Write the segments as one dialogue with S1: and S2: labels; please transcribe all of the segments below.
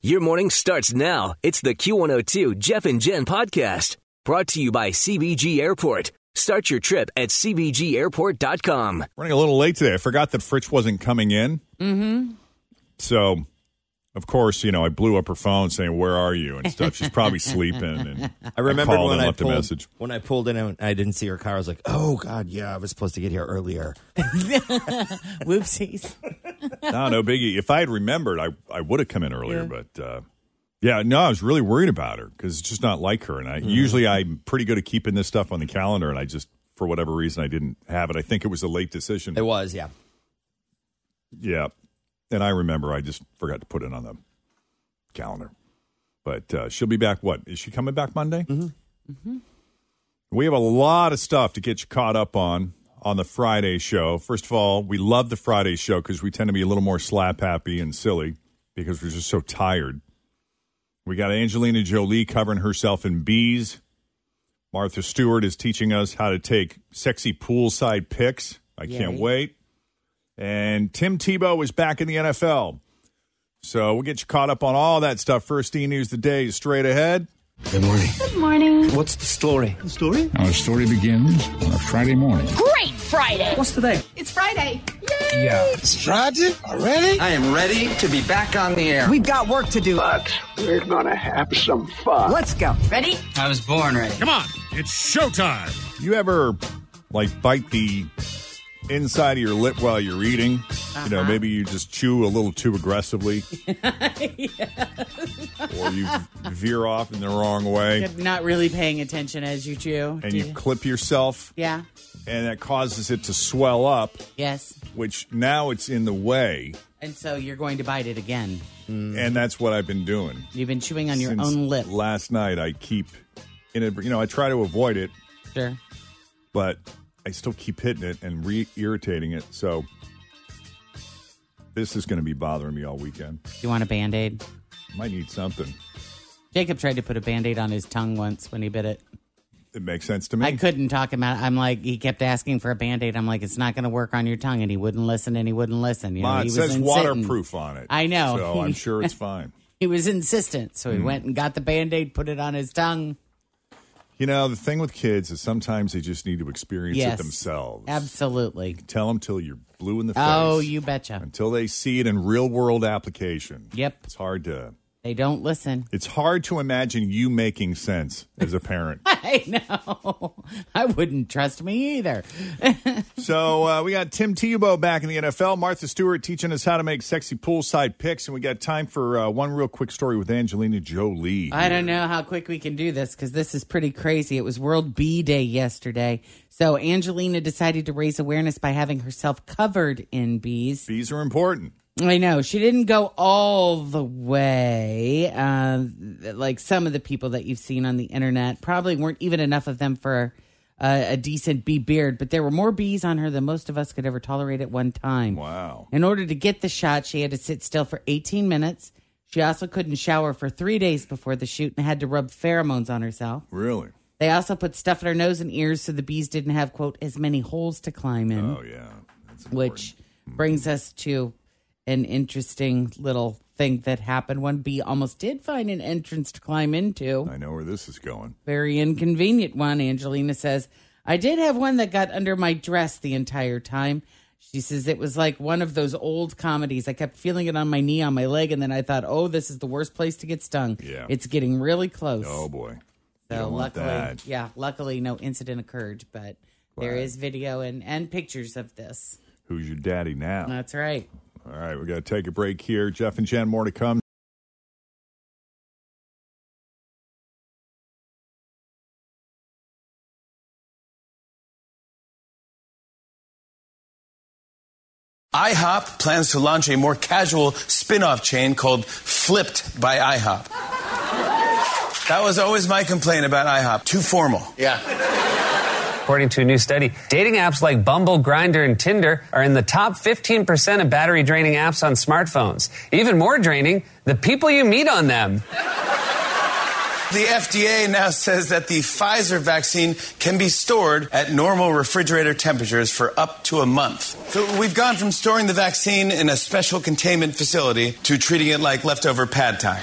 S1: Your morning starts now. It's the Q102 Jeff and Jen podcast brought to you by CBG Airport. Start your trip at CBGAirport.com.
S2: Running a little late today. I forgot that Fritch wasn't coming in. Mm-hmm. So, of course, you know, I blew up her phone saying, "Where are you?" and stuff. She's probably sleeping. And
S3: I remembered
S2: called
S3: when
S2: and
S3: I
S2: left
S3: pulled,
S2: a message.
S3: when I pulled in and I didn't see her car. I was like, "Oh God, yeah, I was supposed to get here earlier."
S4: Whoopsies.
S2: no, no biggie. If I had remembered, I I would have come in earlier. But uh, yeah, no, I was really worried about her because it's just not like her. And I usually I'm pretty good at keeping this stuff on the calendar, and I just for whatever reason I didn't have it. I think it was a late decision.
S3: It was, yeah.
S2: Yeah. And I remember I just forgot to put it on the calendar. But uh, she'll be back. What? Is she coming back Monday? Mm-hmm. Mm-hmm. We have a lot of stuff to get you caught up on on the Friday show. First of all, we love the Friday show because we tend to be a little more slap happy and silly because we're just so tired. We got Angelina Jolie covering herself in bees. Martha Stewart is teaching us how to take sexy poolside pics. I can't
S4: Yay.
S2: wait. And Tim Tebow is back in the NFL. So we'll get you caught up on all that stuff. First E News Today is straight ahead.
S5: Good morning.
S6: morning.
S3: What's the story?
S5: Our story begins on a Friday morning.
S6: Great Friday.
S3: What's today?
S6: It's Friday.
S5: Yeah. It's Friday already?
S7: I am ready to be back on the air.
S8: We've got work to do. But
S9: We're gonna have some fun.
S8: let's go.
S6: Ready?
S7: I was born ready.
S10: Come on, it's showtime.
S2: You ever like bite the inside of your lip while you're eating? You know, maybe you just chew a little too aggressively. Or you veer off in the wrong way
S4: You're Not really paying attention as you chew.
S2: and
S4: do
S2: you clip yourself
S4: yeah.
S2: and that causes it to swell up,
S4: Yes.
S2: which now it's in the way.
S4: And so you're going to bite it again.
S2: And that's what I've been doing.
S4: You've been chewing on your
S2: Since
S4: own lip.
S2: Last night, I keep in it. You know, I try to avoid it,
S4: Sure.
S2: but I still keep hitting it and re-irritating it. So this is going to be bothering me all weekend.
S4: You want a band aid?
S2: Might need something.
S4: Jacob tried to put a band aid on his tongue once when he bit it.
S2: It makes sense to me.
S4: I couldn't talk him out. I'm like, he kept asking for a band aid. I'm like, it's not going to work on your tongue. And he wouldn't listen and he wouldn't listen. You know,
S2: Ma,
S4: he
S2: it
S4: was
S2: says
S4: insistent.
S2: waterproof on it.
S4: I know.
S2: so I'm sure it's fine.
S4: He was insistent. So
S2: Hmm.
S4: he went and got the band aid, put it on his tongue.
S2: You know, the thing with kids is sometimes they just need to experience
S4: Yes.
S2: it themselves.
S4: Absolutely.
S2: Tell them till you're blue in the face.
S4: Oh, you betcha.
S2: Until they see it in real world application.
S4: Yep.
S2: It's hard to
S4: They don't listen.
S2: It's hard to imagine you making sense as a parent.
S4: I know. I wouldn't trust me either.
S2: so uh, we got Tim Tebow back in the NFL, Martha Stewart teaching us how to make sexy poolside picks, and we got time for uh, one real quick story with Angelina Jolie.
S4: I don't know how quick we can do this because this is pretty crazy. It was World Bee Day yesterday. So Angelina decided to raise awareness by having herself covered in bees.
S2: These are important.
S4: I know she didn't go all the way, uh, like some of the people that you've seen on the internet. Probably weren't even enough of them for uh, a decent bee beard, but there were more bees on her than most of us could ever tolerate at one time.
S2: Wow.
S4: In order to get the shot, she had to sit still for 18 minutes. She also couldn't shower for three days before the shoot and had to rub pheromones on herself.
S2: Really?
S4: They also put stuff in her nose and ears so the bees didn't have, quote, as many holes to climb in
S2: Oh, Mm-hmm. yeah. That's important.
S4: which brings us to an interesting little thing that happened. One bee almost did find an entrance to climb into.
S2: I know where this is going.
S4: Very inconvenient one, Angelina says. I did have one that got under my dress the entire time. She says it was like one of those old comedies. I kept feeling it on my knee, on my leg, and then I thought, oh, this is the worst place to get stung.
S2: Yeah.
S4: It's getting really close.
S2: Oh boy. You
S4: So
S2: don't want
S4: luckily,
S2: that.
S4: yeah, luckily no incident occurred, but there
S2: Right.
S4: is video and, and pictures of this.
S2: Who's your daddy now?
S4: That's right.
S2: All right, we got to take a break here. Jeff and Jen, more to come.
S8: IHOP plans to launch a more casual spin off chain called Flipped by IHOP. That was always my complaint about IHOP too formal. Yeah.
S11: According to a new study, dating apps like Bumble, Grinder, and Tinder are in the top 15% of battery draining apps on smartphones. Even more draining, the people you meet on them.
S8: The FDA now says that the Pfizer vaccine can be stored at normal refrigerator temperatures for up to a month. So we've gone from storing the vaccine in a special containment facility to treating it like leftover pad thai.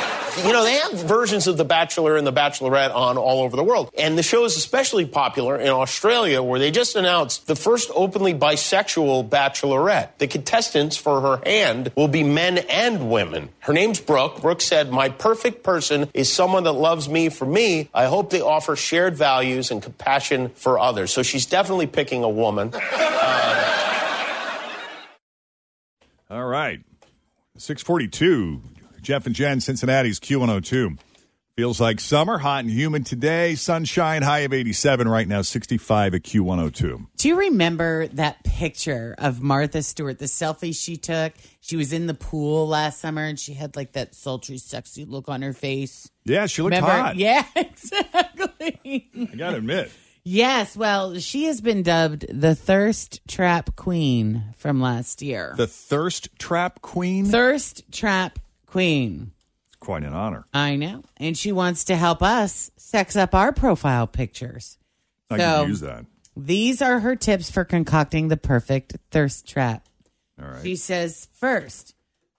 S12: You know, they have versions of The Bachelor and The Bachelorette on all over the world. And the show is especially popular in Australia, where they just announced the first openly bisexual bachelorette. The contestants for her hand will be men and women. Her name's Brooke. Brooke said, My perfect person is someone that loves me for me. I hope they offer shared values and compassion for others. So she's definitely picking a woman.
S2: All right. 642, Jeff and Jen, Cincinnati's Q102. Feels like summer, hot and humid today. Sunshine, high of 87 right now, 65 at Q102.
S4: Do you remember that picture of Martha Stewart, the selfie she took? She was in the pool last summer and she had like that sultry, sexy look on her face.
S2: Yeah, she looked
S4: Remember?
S2: hot.
S4: Yeah, exactly.
S2: I got to admit.
S4: Yes, well, she has been dubbed the Thirst Trap Queen from last year.
S2: The Thirst Trap Queen?
S4: Thirst Trap Queen.
S2: Quite an honor.
S4: I know. And she wants to help us sex up our profile pictures.
S2: I
S4: So,
S2: can use that.
S4: These are her tips for concocting the perfect thirst trap.
S2: All right.
S4: She says first,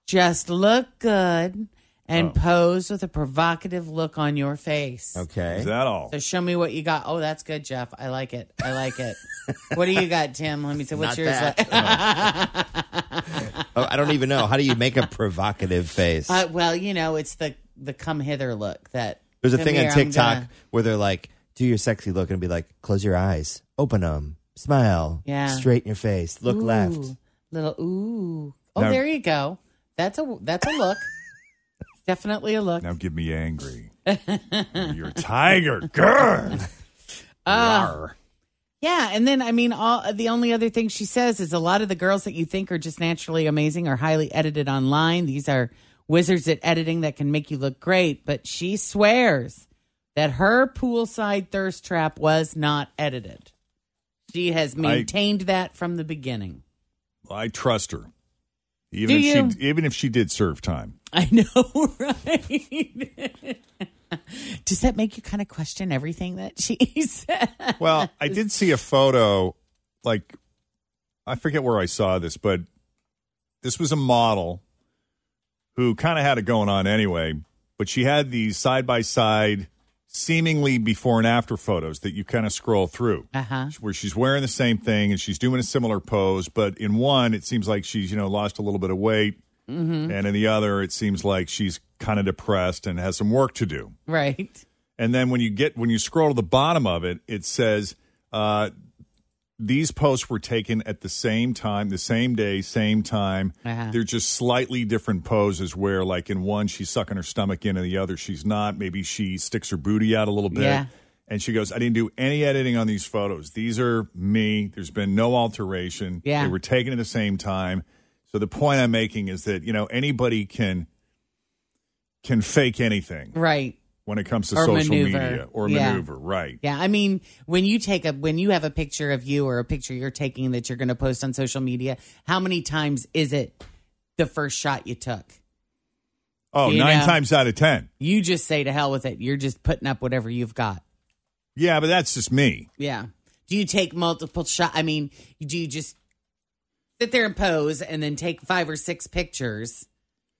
S4: just look good and
S3: Oh.
S4: pose with a provocative look on your face.
S3: Okay.
S2: Is that all?
S4: So show me what you got. Oh, that's good, Jeff. I like it. I like it. what do you got, Tim? Let me see. What's
S3: Not
S4: yours?
S3: that. Oh, I don't even know. How do you make a provocative face?
S4: Uh, well, you know, it's the the come hither look that
S3: There's a
S4: come
S3: thing on
S4: here, I'm
S3: TikTok
S4: gonna-
S3: where they're like, do your sexy look and be like, close your eyes, open them, smile,
S4: Yeah.
S3: straighten your face, look
S4: Ooh,
S3: left.
S4: Little ooh. Oh,
S3: Now-
S4: there you go. That's a that's a look. Definitely a look.
S2: Now give me angry. You're a tiger. Grr.
S4: Uh, yeah, and then I mean, all the only other thing she says is a lot of the girls that you think are just naturally amazing are highly edited online. These are wizards at editing that can make you look great, but she swears that her poolside thirst trap was not edited. She has maintained that from the beginning.
S2: I trust her. Even
S4: Do
S2: if she even if she did serve time.
S4: I know, right? Does that make you kind of question everything that she said?
S2: Well, I did see a photo, like I forget where I saw this, but this was a model who kind of had it going on anyway, but she had these side by side, seemingly before and after photos that you kind of scroll through.
S4: Uh-huh.
S2: Where she's wearing the same thing and she's doing a similar pose, but in one it seems like she's, you know, lost a little bit of weight.
S4: Mm-hmm.
S2: And in the other, it seems like she's kind of depressed and has some work to do.
S4: Right.
S2: And then when you get when you scroll to the bottom of it, it says uh, these posts were taken at the same time, the same day, same time.
S4: Uh-huh.
S2: They're just slightly different poses where, like in one, she's sucking her stomach in, and the other, she's not. Maybe she sticks her booty out a little bit.
S4: Yeah.
S2: And she goes, I didn't do any editing on these photos. These are me. There's been no alteration.
S4: Yeah.
S2: They were taken at the same time. So the point I'm making is that you know anybody can can fake anything
S4: Right.
S2: when it comes to
S4: Or
S2: social
S4: maneuver.
S2: media or
S4: Yeah.
S2: maneuver, right?
S4: Yeah, I mean, when you take a when you have a picture of you or a picture you're taking that you're going to post on social media, how many times is it the first shot you took?
S2: Oh,
S4: You
S2: nine
S4: know.
S2: times out of ten.
S4: You just say to hell with it. You're just putting up whatever you've got.
S2: Yeah, but that's just me.
S4: Yeah. Do you take multiple shot? I mean, do you just sit there and pose and then take five or six pictures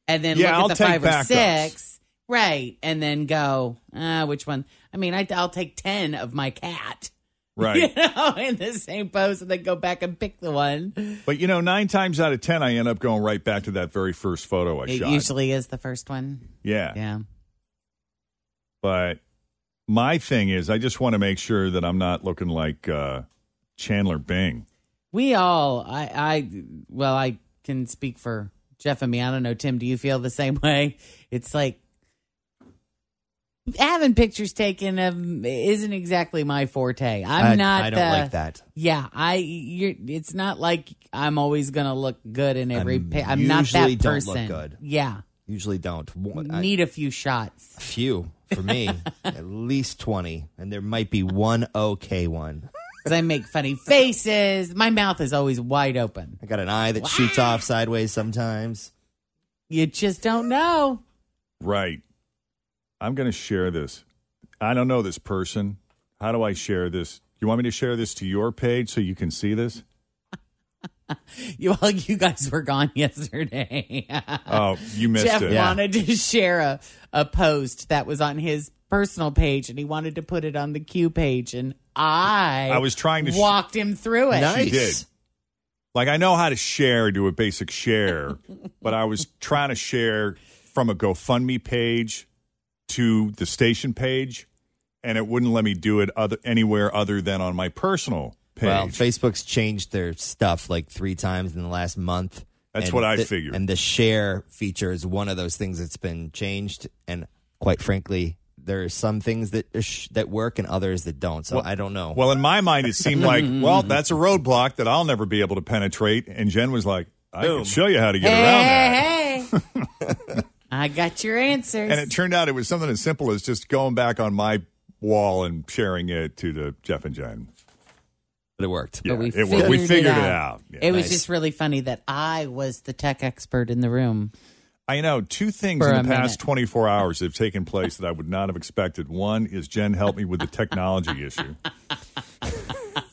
S4: and then
S2: Yeah,
S4: look at
S2: I'll
S4: the
S2: take
S4: five or
S2: backups.
S4: six? Right. And then go, uh, which one? I mean, I, I'll take 10 of my cat.
S2: Right.
S4: You know, in the same pose and then go back and pick the one.
S2: But you know, nine times out of ten, I end up going right back to that very first photo I
S4: It
S2: shot.
S4: usually is the first one.
S2: yeah,
S4: Yeah.
S2: But my thing is, I just want to make sure that I'm not looking like uh, Chandler Bing.
S4: We all, I, I, well, I can speak for Jeff and me. I don't know, Tim. Do you feel the same way? It's like having pictures taken of isn't exactly my forte. I'm
S3: I-
S4: not.
S3: I don't
S4: the-
S3: like that.
S4: Yeah, I. You're, it's not like I'm always gonna look good in every.
S3: I'm
S4: I'm, I'm not
S3: usually
S4: that
S3: don't look
S4: person.
S3: good.
S4: Yeah,
S3: Usually don't. One- I-
S4: need a few shots.
S3: a few for me, at least 20. And there might be one okay one.
S4: 'Cause I make funny faces. My mouth is always wide open.
S3: I got an eye that shoots off sideways sometimes.
S4: You just don't know.
S2: Right. I'm going to share this. I don't know this person. How do I share this? You want me to share this to your page so you can see this?
S4: You well, you guys were gone yesterday.
S2: Oh, you missed
S4: Uh, Jeff
S2: it.
S4: wanted to share a, a post that was on his personal page and he wanted to put it on the Q page and I
S2: I was trying to sh-
S4: walked him through it.
S2: She did. Like I know how to share, do a basic share, but I was trying to share from a GoFundMe page to the station page, and it wouldn't let me do it other anywhere other than on my personal page.
S3: Well, Facebook's changed their stuff like three times in the last month.
S2: That's
S3: And
S2: what I
S3: the-
S2: figured.
S3: And the share feature is one of those things that's been changed. And quite frankly, there are some things that are sh- that work and others that don't. So
S2: Well-
S3: I don't know.
S2: Well, in my mind, it seemed like, well, that's a roadblock that I'll never be able to penetrate. And Jen was like, I can show you how to get around that.
S4: Hey, hey, hey. I got your answers.
S2: And it turned out it was something as simple as just going back on my wall and sharing it to the Jeff and Jen.
S3: But it worked.
S2: Yeah,
S4: But we
S2: it worked. We figured it out. Yeah.
S4: It was just really funny that I was the tech expert in the room.
S2: I know two things
S4: For
S2: in
S4: a
S2: the past
S4: minute.
S2: 24 hours have taken place that I would not have expected. One is Jen helped me with the technology issue.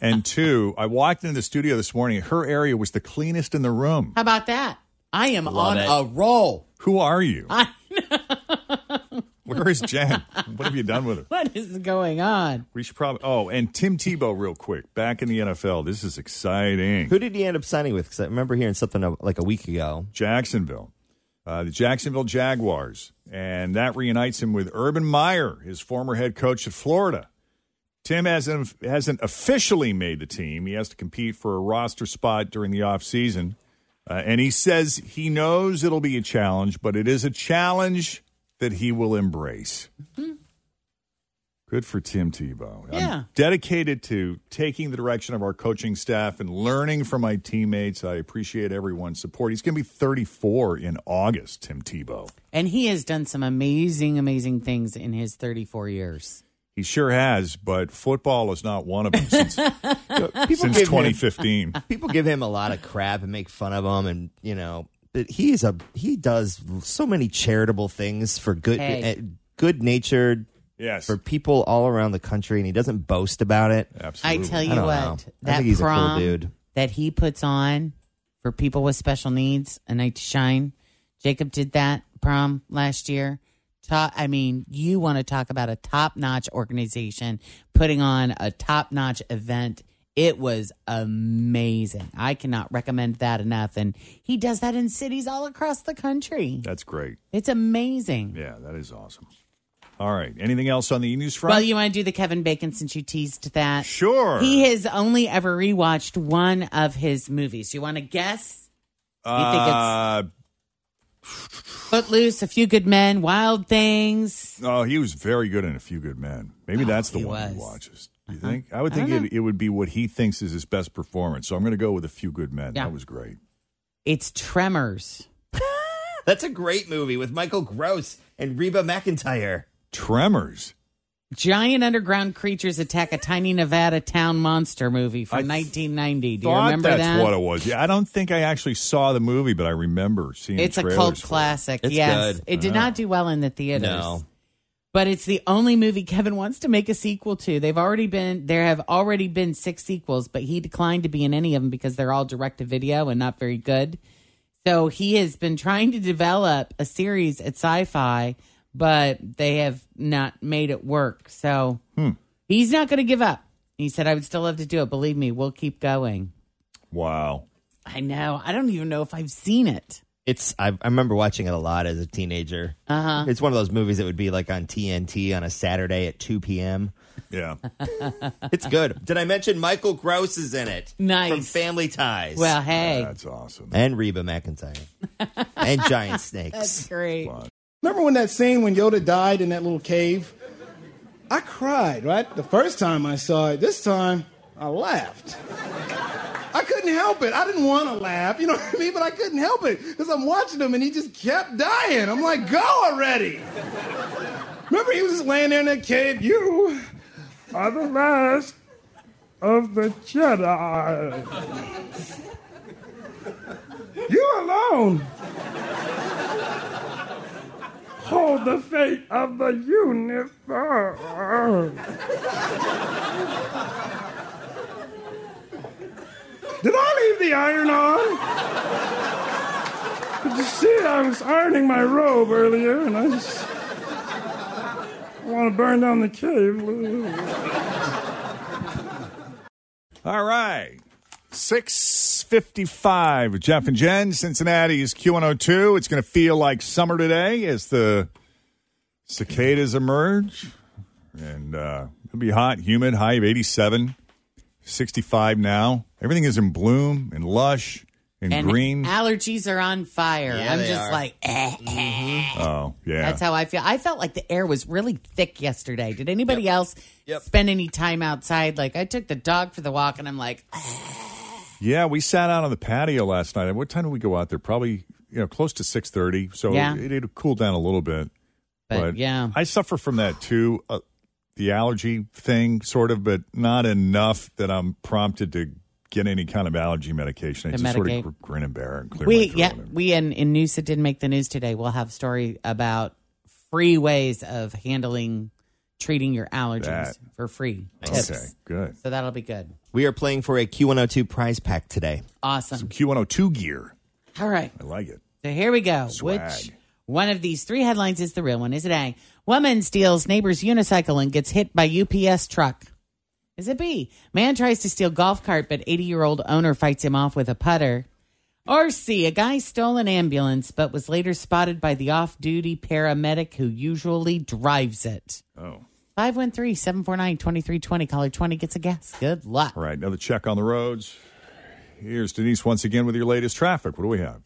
S2: And two, I walked into the studio this morning. Her area was the cleanest in the room.
S4: How about that? I am
S2: Love
S4: on
S2: it.
S4: a roll.
S2: Who are you? Where is Jen? What have you done with her?
S4: What is going on?
S2: We should probably. Oh, and Tim Tebow, real quick, back in the NFL. This is exciting.
S3: Who did he end up signing with? Because I remember hearing something uh, like a week ago.
S2: Jacksonville, uh, the Jacksonville Jaguars, and that reunites him with Urban Meyer, his former head coach at Florida. Tim hasn't hasn't officially made the team. He has to compete for a roster spot during the offseason. Uh, and he says he knows it'll be a challenge, but it is a challenge that he will embrace. Good for Tim Tebow. I'm
S4: Yeah.
S2: dedicated to taking the direction of our coaching staff and learning from my teammates. I appreciate everyone's support. He's going to be 34 in August, Tim Tebow.
S4: And he has done some amazing, amazing things in his 34 years.
S2: He sure has, but football is not one of them since, since
S3: give him-
S2: 2015.
S3: People give him a lot of crap and make fun of him, and you know, but he is a he does so many charitable things for good,
S2: Hey.
S3: uh, good natured.
S2: Yes.
S3: For people all around the country, and he doesn't boast about it.
S4: I tell you
S3: don't
S4: what,
S3: know. I
S4: that
S3: think he's
S4: prom
S3: a cool dude.
S4: that he puts on for people with special needs, a night to shine. Jacob did that prom last year. Ta I mean, you want to talk about a top notch organization putting on a top notch event. It was amazing. I cannot recommend that enough. And he does that in cities all across the country.
S2: That's great.
S4: It's amazing.
S2: Yeah, that is awesome. All right. Anything else on the e news front?
S4: Well, you want to do the Kevin Bacon since you teased that?
S2: Sure.
S4: He has only ever rewatched one of his movies. You want to guess?
S2: uh,
S4: Footloose, A Few Good Men, Wild Things.
S2: oh, he was very good in A Few Good Men. Maybe that's the
S4: Oh, he
S2: one he
S4: was. Uh-huh.
S2: watches. Do you think? I would think
S4: don't
S2: it, it would be what he thinks is his best performance. So I'm going to go with A Few Good Men. That was great.
S4: It's Tremors.
S3: That's a great movie with Michael Gross and Reba McIntyre.
S2: Tremors.
S4: Giant underground creatures attack a tiny Nevada town monster movie from 1990. Do you remember
S2: that's
S4: that?
S2: what it was. Yeah, I don't think I actually saw the movie, but I remember seeing.
S4: It's a
S2: trailers
S4: cult
S2: for it.
S4: classic. yes, it did
S2: Yeah.
S4: not do well in the theaters.
S2: No.
S4: But it's the only movie Kevin wants to make a sequel to. They've already been there have already been six sequels, but he declined to be in any of them because they're all direct to video and not very good. So he has been trying to develop a series at Sci-Fi, but they have not made it work. So
S2: Hmm.
S4: he's not going to give up. He said, "I would still love to do it. Believe me, we'll keep going."
S2: Wow.
S4: I know. I don't even know if I've seen it.
S3: It's I, I remember watching it a lot as a teenager.
S4: Uh-huh.
S3: It's one of those movies that would be like on TNT on a Saturday at 2 p.m.
S2: Yeah.
S3: it's good. Did I mention Michael Gross is in it?
S4: Nice.
S3: From Family Ties.
S4: Well, hey.
S2: That's awesome.
S3: And Reba McIntyre. and Giant Snake.
S4: That's great.
S13: Remember when that scene when Yoda died in that little cave? I cried, right? The first time I saw it. This time, I laughed. I couldn't help it. I didn't want to laugh, you know what I mean? But I couldn't help it because I'm watching him and he just kept dying. I'm like, go already. Remember, he was just laying there in that cave. You are the last of the Jedi. You alone hold the fate of the universe. Did I leave the iron on? Did you see I was ironing my robe earlier and I just want to burn down the cave.
S2: All right. 655 with Jeff and Jen, Cincinnati's Q102. It's going to feel like summer today as the cicadas emerge. And uh, it'll be hot, humid, high of 87, 65 now. Everything is in bloom and lush and,
S4: and
S2: green.
S4: allergies are on fire.
S2: Yeah,
S4: I'm
S2: they
S4: just
S2: are.
S4: like, eh, eh.
S2: oh, yeah.
S4: That's how I feel. I felt like the air was really thick yesterday. Did anybody else spend any time outside? Like, I took the dog for the walk, and I'm like, eh.
S2: Yeah, we sat out on the patio last night. What time did we go out there? Probably you know close to six thirty. So
S4: Yeah.
S2: it, it cooled down a little bit.
S4: But, yeah.
S2: I suffer from that too. Uh, the allergy thing, sort of, but not enough that I'm prompted to get any kind of allergy medication. I
S4: To
S2: just
S4: medicate.
S2: sort of gr- grin and bear and clear.
S4: we, yeah, we in, in news that didn't make the news today. We'll have a story about free ways of handling, treating your allergies
S3: That.
S4: for free.
S3: Nice.
S4: Tips. Um,
S3: Okay, good.
S4: So that'll be good.
S3: We are playing for a Q102 prize pack today.
S4: Awesome.
S2: Q102 gear.
S4: All right.
S2: I like it.
S4: So here we go. Which one of these three headlines is the real one? Is it A? Woman steals neighbor's unicycle and gets hit by UPS truck. Is it B? Man tries to steal golf cart, but 80 year old owner fights him off with a putter. Or C, a guy stole an ambulance but was later spotted by the off duty paramedic who usually drives it.
S2: Oh.
S4: 513 749 2320. Caller 20 gets a guess. Good luck.
S2: All right, another check on the roads. Here's Denise once again with your latest traffic. What do we have?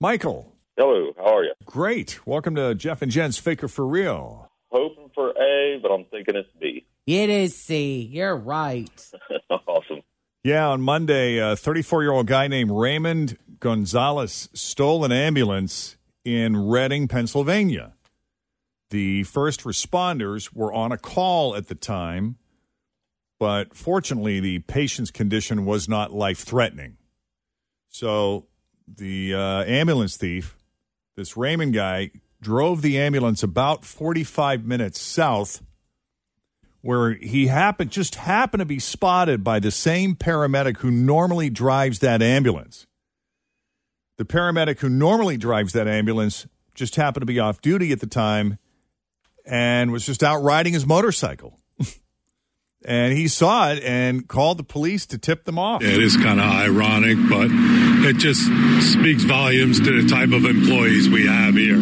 S2: Michael,
S14: Hello, how are you?
S2: great. Welcome to Jeff and Jen's Faker for Real.
S14: Hoping for A, but I'm thinking it's B.
S4: It is C. You're right.
S14: awesome.
S2: Yeah, on Monday, a 34 year old guy named Raymond Gonzalez stole an ambulance in Reading, Pennsylvania. The first responders were on a call at the time, but fortunately, the patient's condition was not life threatening. So the uh, ambulance thief, this Raymond guy, drove the ambulance about 45 minutes south where he happened just happened to be spotted by the same paramedic who normally drives that ambulance. The paramedic who normally drives that ambulance just happened to be off duty at the time and was just out riding his motorcycle. and he saw it and called the police to tip them off.
S10: It is kind of ironic, but it just speaks volumes to the type of employees we have here.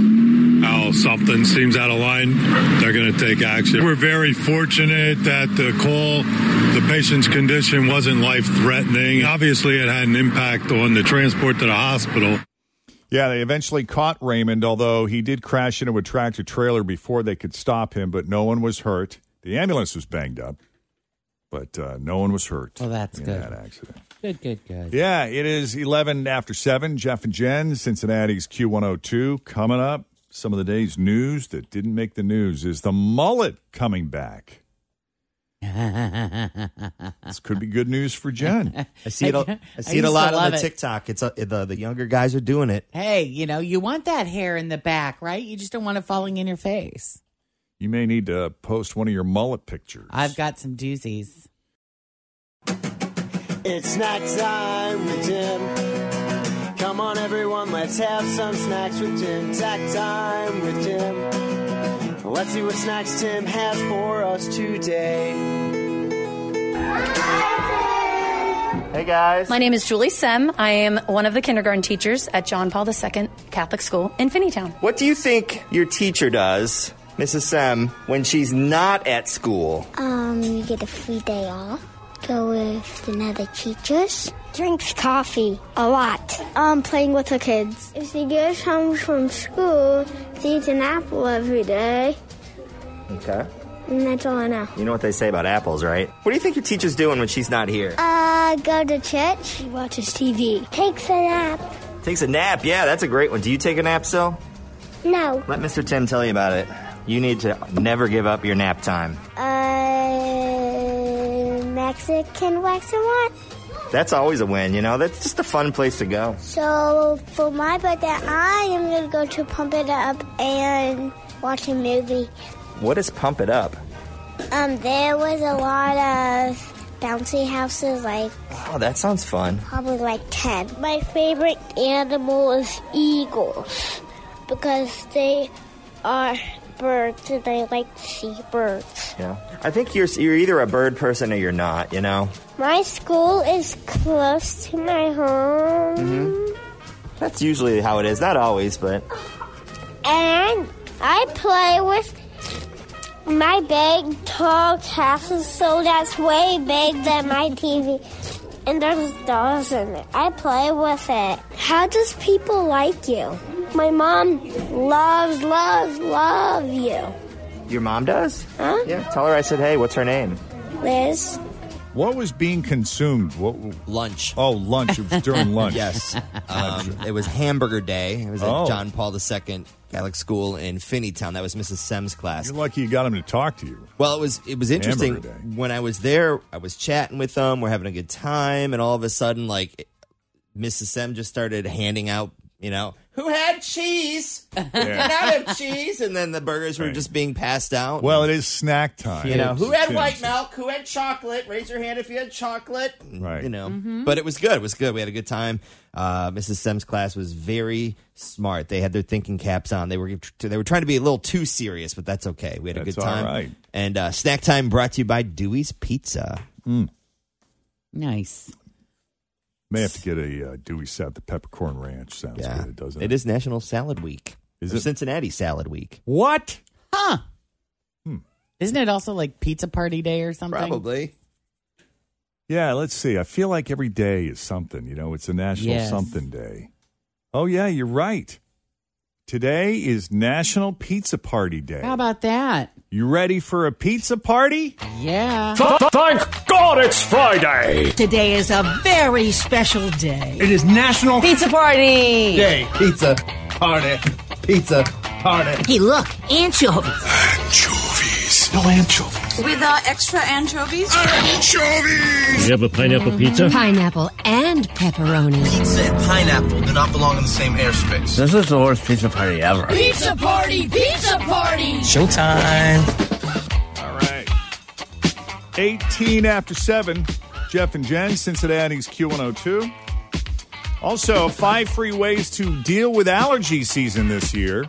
S10: How something seems out of line, they're going to take action. We're very fortunate that the call, the patient's condition wasn't life threatening. Obviously, it had an impact on the transport to the hospital.
S2: Yeah, they eventually caught Raymond, although he did crash into a tractor trailer before they could stop him, but no one was hurt. The ambulance was banged up. But uh, no one was hurt. Well,
S4: that's
S2: in
S4: good.
S2: That accident.
S4: Good, good, good.
S2: Yeah, it is 11 after 7. Jeff and Jen, Cincinnati's Q102. Coming up, some of the day's news that didn't make the news is the mullet coming back. this could be good news for Jen.
S3: I see it. a- I see it a lot on the TikTok. It's a, the the younger guys are doing it.
S4: Hey, you know, you want that hair in the back, right? You just don't want it falling in your face.
S2: You may need to post one of your mullet pictures.
S4: I've got some doozies.
S15: It's snack time with Jim. Come on, everyone, let's have some snacks with Jim. Snack time with Jim. Let's see what snacks Tim has for us today. Hey guys.
S16: My name is Julie Sem. I am one of the kindergarten teachers at John Paul II Catholic School in Finneytown.
S3: What do you think your teacher does, Mrs. Sem, when she's not at school?
S17: Um, you get a free day off. Go with another teachers. Drinks coffee a lot. Um, playing with the kids. If she goes home from school, she eats an apple every day,
S3: Okay.
S17: and that's all I know.
S3: You know what they say about apples, right? What do you think your teacher's doing when she's not here?
S17: Uh, go to church. She watches TV. Takes a nap.
S3: Takes a nap. Yeah, that's a great one. Do you take a nap still?
S17: No.
S3: Let Mr. Tim tell you about it. You need to never give up your nap time.
S17: Uh, Mexican wax and what?
S3: That's always a win, you know? That's just a fun place to go.
S17: So for my birthday, I am gonna go to Pump It Up and watch a movie.
S3: What is Pump It Up?
S17: Um, there was a lot of bouncy houses, like
S3: Oh, that sounds fun.
S17: probably like ten. My favorite animal is eagles because they are birds and I like to see birds.
S3: Yeah. I think you're you're either a bird person or you're not, you know?
S17: My school is close to my home.
S3: Mm-hmm. That's usually how it is. Not always, but
S17: And I play with my big, tall castle, so that's way big than my TV. And there's dolls in it. I play with it. How does people like you? My mom loves, loves, loves you.
S3: your mom does?
S17: Huh?
S3: Yeah. Tell her I said, hey, what's her name?
S17: Liz,
S2: What was being consumed? What
S3: lunch?
S2: Oh, lunch. It was during lunch.
S3: Yes. Um, it was hamburger day. It was at
S2: Oh.
S3: John Paul II Catholic School in Finneytown. That was Mrs. Sem's class.
S2: You're lucky you got him to talk to you.
S3: Well, it was it was interesting
S2: Hamburger
S3: when I was there. I was chatting with them. We're having a good time, and all of a sudden, like Mrs. Sem just started handing out, you know, who had cheese? Who did not have cheese? And then the burgers were just being passed out.
S2: Well, it is snack time.
S3: You know, who had white
S15: milk? Who had chocolate? Raise your hand if you had chocolate.
S3: right? You know,
S4: Mm-hmm.
S3: but it was good. It was good. We had a good time. Uh, Mrs. Sem's class was very smart. They had their thinking caps on. They were they were trying to be a little too serious, but that's okay. We had a
S2: That's
S3: good
S2: all
S3: time.
S2: right.
S3: And uh, snack time brought to you by Dewey's Pizza.
S4: Nice.
S2: May have to get a uh, Dewey set. The peppercorn ranch sounds
S3: Yeah.
S2: good, doesn't it?
S3: It is National Salad Week.
S2: Is
S3: Or
S2: it?
S3: Cincinnati Salad Week?
S2: What?
S4: Huh.
S18: Hmm.
S4: Isn't it also like pizza party day or something?
S3: Probably.
S2: Yeah, let's see. I feel like every day is something. You know, it's a national
S4: Yes.
S2: something day. Oh yeah, you're right. Today is National Pizza Party Day.
S4: How about that?
S2: You ready for a pizza party?
S4: Yeah.
S2: Thank God it's Friday.
S19: Today is a very special day.
S18: It is National
S19: Pizza Party!
S18: Day. Pizza party. Pizza party.
S19: Hey, look, anchovies.
S18: Anchovies. No anchovies.
S19: With uh, extra anchovies?
S18: You have a pineapple pizza?
S19: Pineapple and pepperoni.
S18: Pizza and pineapple do not belong in the same airspace. This is the worst pizza party ever.
S5: Pizza party, pizza party.
S18: Showtime.
S2: All right. 18 after 7. Jeff and Jen, Cincinnati's Q102. Also, five free ways to deal with allergy season this year.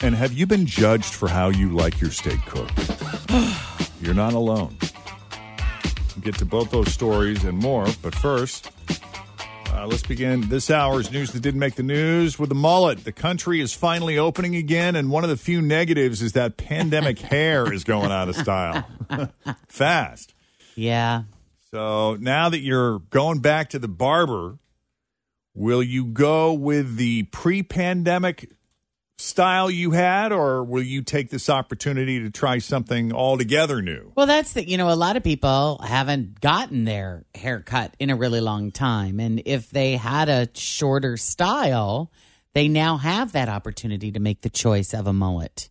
S2: And have you been judged for how you like your steak cooked? You're not alone. We'll get to both those stories and more, but first, uh, let's begin this hour's news that didn't make the news with the mullet. The country is finally opening again, and one of the few negatives is that pandemic hair is going out of style fast.
S4: Yeah.
S2: So now that you're going back to the barber, will you go with the pre pandemic style you had, or will you take this opportunity to try something altogether new?
S4: Well, that's the, you know, a lot of people haven't gotten their haircut in a really long time. And if they had a shorter style, they now have that opportunity to make the choice of a mullet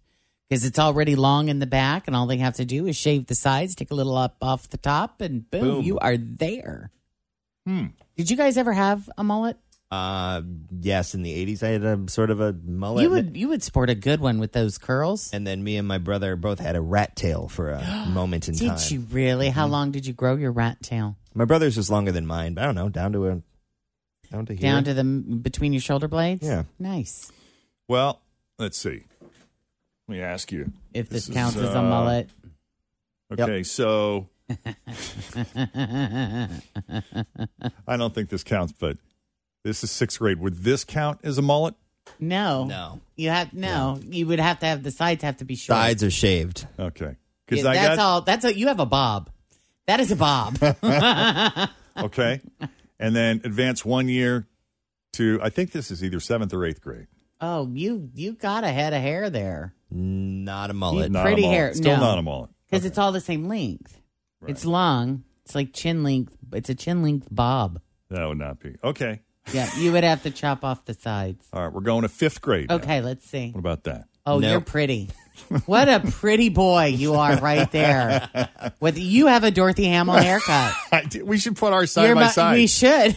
S4: because it's already long in the back. And all they have to do is shave the sides, take a little up off the top, and boom,
S3: Boom.
S4: you are there.
S2: Hmm.
S4: Did you guys ever have a mullet?
S3: Uh, yes, in the eighties, I had a sort of a mullet.
S4: You would- you would sport a good one with those curls.
S3: And then me and my brother both had a rat tail for a moment in
S4: Did
S3: time.
S4: you really? How long did you grow your rat tail?
S3: My brother's was longer than mine, but I don't know, down to a down to here.
S4: Down to the between your shoulder blades?
S3: Yeah.
S4: Nice.
S2: Well, let's see. Let me ask you
S4: If this,
S2: is,
S4: counts as
S2: uh,
S4: a mullet.
S2: Okay, so I don't think this counts, but this is sixth grade. Would this count as a mullet?
S4: No.
S3: No.
S4: You have no. You would have to have the sides have to be short.
S3: sides are shaved.
S2: Okay,
S4: Yeah, that's all. That's all. You have a bob. That is a bob.
S2: okay. And then advance one year to, I think this is either seventh or eighth grade.
S4: oh, you you got a head of hair there.
S3: Not a
S4: You
S3: mullet.
S4: pretty hair.
S2: Still
S4: no.
S2: not a mullet.
S4: Because it's all the same length. It's long. It's like chin length. It's a chin length bob.
S2: That would not be. Okay.
S4: Yeah, you would have to chop off the sides.
S2: All right. We're going to fifth grade. now.
S4: Okay, let's see.
S2: What about that?
S4: Oh, you're pretty. What a pretty boy you are right there. With you have a Dorothy Hamill haircut.
S2: we should put our side
S4: You're
S2: by
S4: mu-
S2: side.
S4: We should.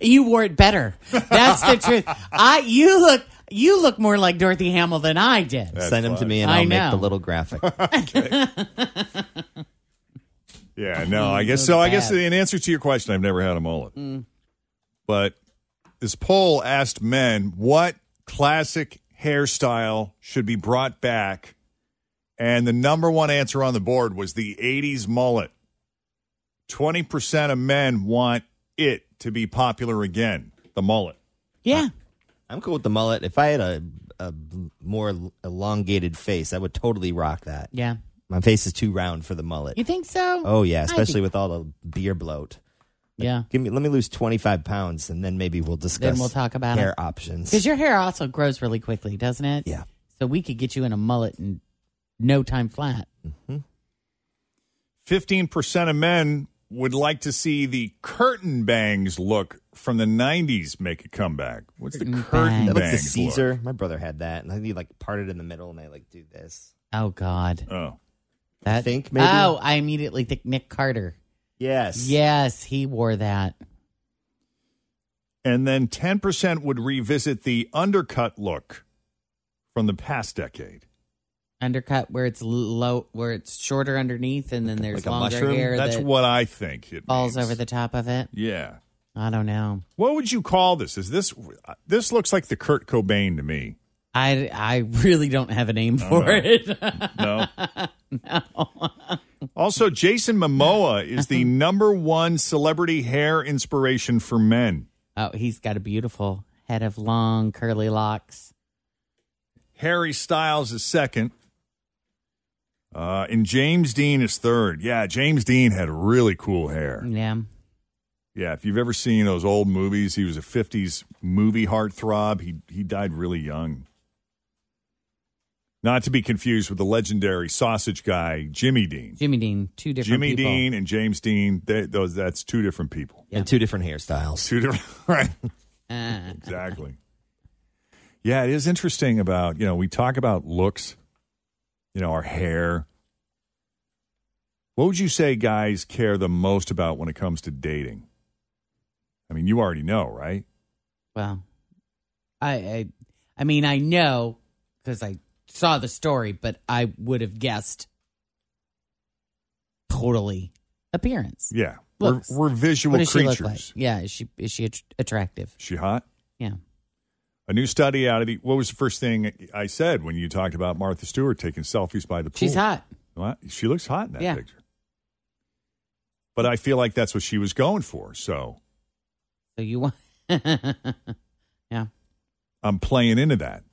S4: you wore it better. That's the truth. I you look you look more like Dorothy Hamill than I did.
S3: Send them to me, and
S4: I
S3: I'll make
S4: know.
S3: the little graphic.
S2: Yeah, no, I
S4: Mm,
S2: guess
S4: those
S2: so.
S4: are
S2: I guess
S4: bad.
S2: in answer to your question, I've never had a mullet.
S4: Mm.
S2: But this poll asked men what classic hairstyle should be brought back. And the number one answer on the board was the 80s mullet. 20% of men want it to be popular again, the mullet.
S4: Yeah.
S3: I'm cool with the mullet. If I had a, a more elongated face, I would totally rock that.
S4: Yeah.
S3: My face is too round for the mullet.
S4: You think so?
S3: Oh yeah,
S4: I
S3: especially
S4: think-
S3: with all the beer bloat.
S4: Yeah.
S3: Give me let me lose 25 pounds and then maybe we'll discuss
S4: we'll talk about
S3: hair
S4: it.
S3: options.
S4: Because your hair also grows really quickly, doesn't it? Yeah. So we could get you in a mullet in no time flat.
S2: 15% of men would like to see the curtain bangs look from the 90s make a comeback. What's the curtain,
S3: That looks
S2: bangs?
S3: like
S2: look?
S3: Caesar. My brother had that and I think he like parted in the middle and I like do this.
S4: Oh God.
S2: Oh.
S4: That
S3: think maybe?
S4: Oh, I immediately think Nick Carter.
S3: Yes.
S4: Yes, he wore that.
S2: And then 10% would revisit the undercut look from the past decade.
S4: Undercut where it's l- low where it's shorter underneath and then there's longer hair
S2: That's
S4: that
S2: what I think. It
S4: falls
S2: means.
S4: over the top of it.
S2: Yeah.
S4: I don't know.
S2: What would you call this? Is this this looks like the Kurt Cobain to me?
S4: I I really don't have a name
S2: Oh,
S4: for
S2: no.
S4: it.
S2: No. also, Jason Momoa is the number one celebrity hair inspiration for men.
S4: Oh, he's got a beautiful head of long curly locks.
S2: Harry Styles is second. Uh, and James Dean is third. Yeah, James Dean had really cool hair.
S4: Yeah.
S2: Yeah, if you've ever seen those old movies, he was a '50s movie heartthrob. He he died really young. Not to be confused with the legendary sausage guy Jimmy Dean.
S4: Jimmy Dean, two different
S2: Jimmy
S4: people.
S2: Dean and James Dean, they, those that's two different people.
S3: And two different hairstyles.
S2: Two different, right? exactly. Yeah, it is interesting about you know we talk about looks, you know our hair. What would you say guys care the most about when it comes to dating? I mean, you already know, right?
S4: Well, I I, I mean I know because I saw the story, but I would have guessed totally appearance.
S2: Yeah, we're,
S4: Looks.
S2: we're visual
S4: what does
S2: creatures.
S4: She look like? Yeah, is she is she att- attractive?
S2: She hot?
S4: Yeah.
S2: A new study out of the what was the first thing I said when you talked about Martha Stewart taking selfies by the pool?
S4: She's hot.
S2: What? She looks hot in that
S4: Yeah.
S2: picture. But I feel like that's what she was going for. So
S4: So you want? yeah.
S2: I'm playing into that.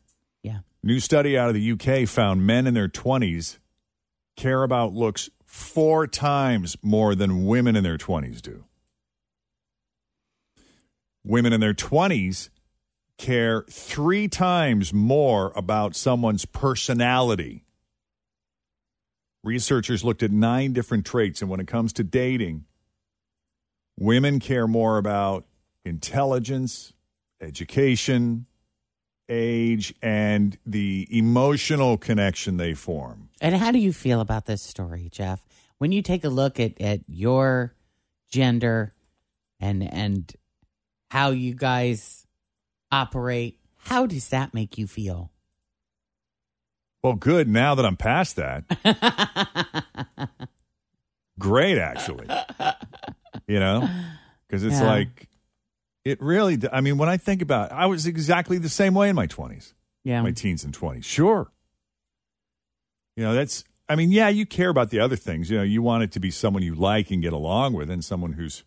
S4: Yeah.
S2: New study out of the UK found men in their 20s care about looks four times more than women in their 20s do. Women in their 20s care three times more about someone's personality. Researchers looked at nine different traits, and when it comes to dating, women care more about intelligence, education, age, and the emotional connection they form.
S4: And how do you feel about this story, Jeff? When you take a look at, at your gender and and how you guys operate, how does that make you feel?
S2: Well, good now that I'm past that. Great, actually. You know, because it's
S20: Yeah.
S2: like, it really, d- I mean, when I think about it, I was exactly the same way in my 20s,
S4: Yeah.
S2: my teens and 20s. Sure. You know, that's, I mean, yeah, you care about the other things. You know, you want it to be someone you like and get along with and someone who's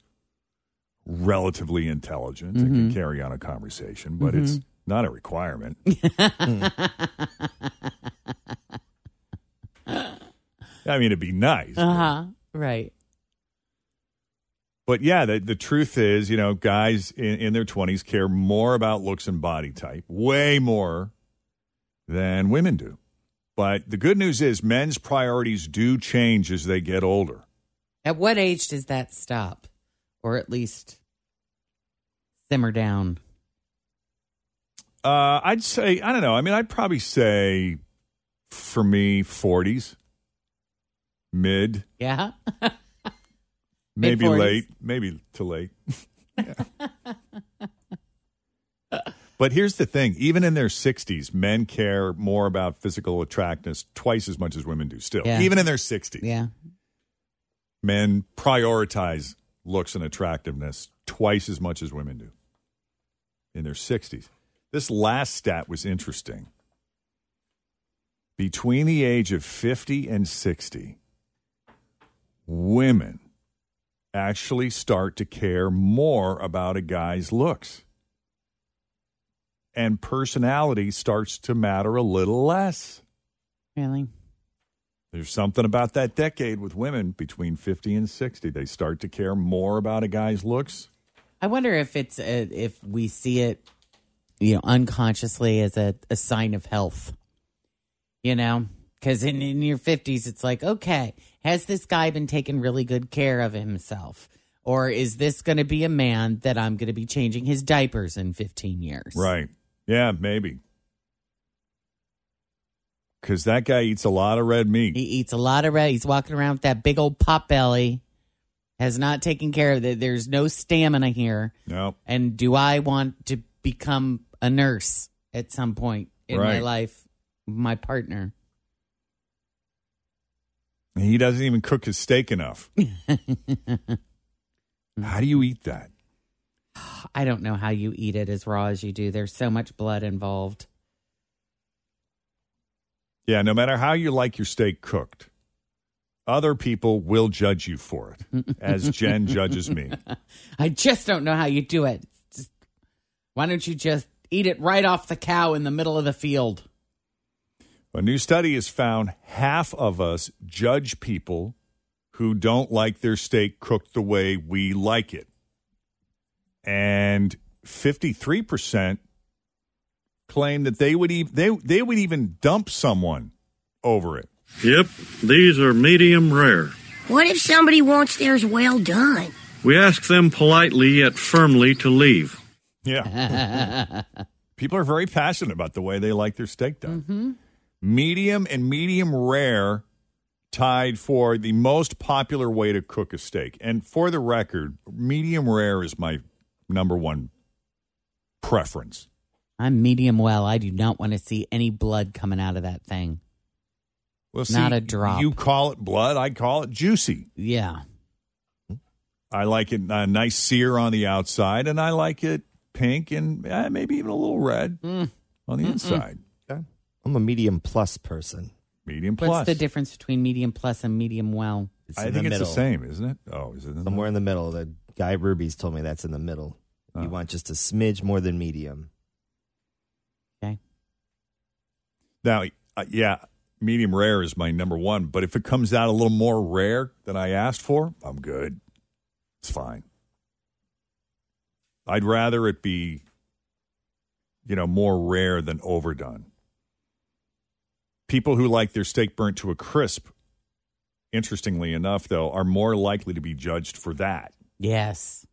S2: relatively intelligent and can
S21: Mhm.
S2: carry on a conversation, but it's
S21: Mhm.
S2: not a requirement. I mean, it'd be nice.
S4: Uh huh. Right.
S2: But yeah, the, the truth is, you know, guys in, in their 20s care more about looks and body type, way more than women do. But the good news is men's priorities do change as they get older.
S4: At what age does that stop? Or at least simmer down?
S2: Uh, I'd say, I don't know. I mean, I'd probably say for me, 40s, mid,
S4: Yeah.
S2: maybe
S4: Mid-forties.
S2: late, maybe to late. But here's the thing even in their 60s, men care more about physical attractiveness twice as much as women do still.
S4: Yeah.
S2: Even in their 60s,
S4: Yeah.
S2: men prioritize looks and attractiveness twice as much as women do in their 60s. This last stat was interesting. Between the age of 50 and 60, women actually start to care more about a guy's looks and personality starts to matter a little less.
S4: Really?
S2: There's something about that decade with women between 50 and 60. They start to care more about a guy's looks.
S4: I wonder if it's uh if we see it, you know, unconsciously as a, a sign of health. You know, because in, in your fifties, it's like, okay, has this guy been taking really good care of himself, or is this going to be a man that I'm going to be changing his diapers in fifteen years?
S2: Right. Yeah, maybe. Because that guy eats a lot of red meat.
S4: He eats a lot of red. He's walking around with that big old pot belly. Has not taken care of it. There's no stamina here.
S2: No.
S4: And do I want to become a nurse at some point in my
S2: Right.
S4: life? My partner.
S2: He doesn't even cook his steak enough. How do you eat that?
S4: I don't know how you eat it as raw as you do. There's so much blood involved.
S2: Yeah, no matter how you like your steak cooked, other people will judge you for it, as Jen judges me.
S4: I just don't know how you do it. Just- why don't you just eat it right off the cow in the middle of the field?
S2: A new study has found half of us judge people who don't like their steak cooked the way we like it. And 53% claim that they would even they they would even dump someone over it.
S10: Yep, these are medium rare.
S1: What if somebody wants theirs well done?
S10: We ask them politely yet firmly to leave.
S2: Yeah. people are very passionate about the way they like their steak done.
S4: Mm-hmm.
S2: Medium and medium rare tied for the most popular way to cook a steak. And for the record, medium rare is my number one preference.
S4: I'm medium well. I do not want to see any blood coming out of that thing.
S2: Well,
S4: Not a drop.
S2: You call it blood, I call it juicy.
S4: Yeah.
S2: I like it a nice sear on the outside, and I like it pink and eh, maybe even a little red
S3: Mm.
S2: on the inside.
S3: I'm a medium plus person.
S2: Medium
S4: What's the difference between medium plus and medium well?
S3: It's in the middle.
S2: isn't it? Oh, is it in
S3: somewhere in the middle? The guy Ruby's told me that's in the middle. You want just a smidge more than medium.
S2: Now, uh, yeah, medium rare is my number one, but if it comes out a little more rare than I asked for, I'm good. It's fine. I'd rather it be you know, more rare than overdone. People who like their steak burnt to a crisp, interestingly enough, though, are more likely to be judged for that.
S4: Yes.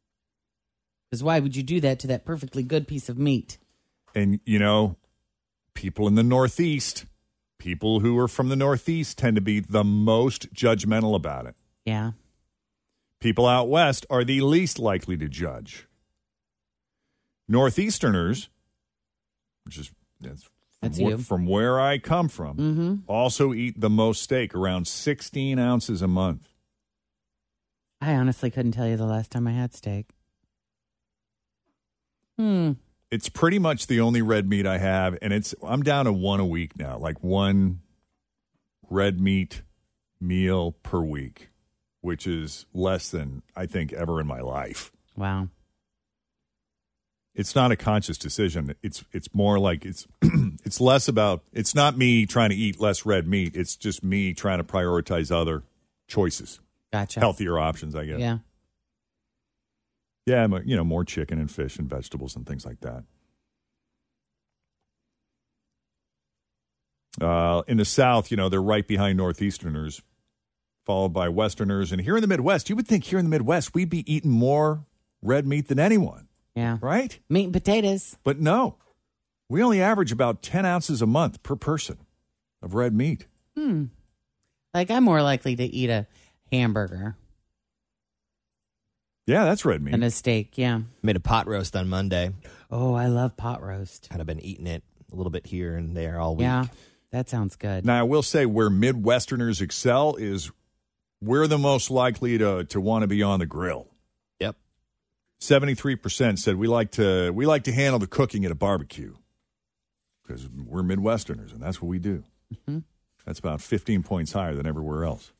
S4: Because why would you do that to that perfectly good piece of meat?
S2: And, you know, people in the Northeast, people who are from the Northeast tend to be the most judgmental about it.
S4: Yeah.
S2: People out west are the least likely to judge. Northeasterners, which is that's from,
S4: That's
S2: wh-
S4: you. Mm-hmm.
S2: from where I come from, also eat the most steak, around 16 ounces a month.
S4: I honestly couldn't tell you the last time I had steak. Hmm.
S2: It's pretty much the only red meat I have, and it's I'm down to one a week now, like one red meat meal per week, which is less than I think ever in my life.
S4: Wow.
S2: it's not a conscious decision. It's it's more like it's it's less about it's not me trying to eat less red meat. It's just me trying to prioritize other choices,
S4: Gotcha.
S2: healthier options. I guess.
S4: Yeah.
S2: Yeah, mo- you know, more chicken and fish and vegetables and things like that. Uh, in the South, you know, they're right behind Northeasterners, followed by Westerners. And here in the Midwest, you would think here in the Midwest, we'd be eating more red meat than anyone.
S4: Yeah.
S2: Right?
S4: Meat and potatoes.
S2: But no, we only average about 10 ounces a month per person of red meat.
S4: Hmm. Like I'm more likely to eat a hamburger
S2: Yeah, that's red meat.
S4: than a steak. Yeah.
S3: Made a pot roast on Monday.
S4: Oh, I love pot roast.
S3: Kind of been eating it a little bit here and there all week.
S4: Yeah. That sounds good.
S2: Now, I will say where Midwesterners excel is we're the most likely to, to want to be on the grill.
S3: Yep.
S2: 73% said we like to we like to handle the cooking at a barbecue because we're Midwesterners and that's what we do. That's about 15 points higher than everywhere else.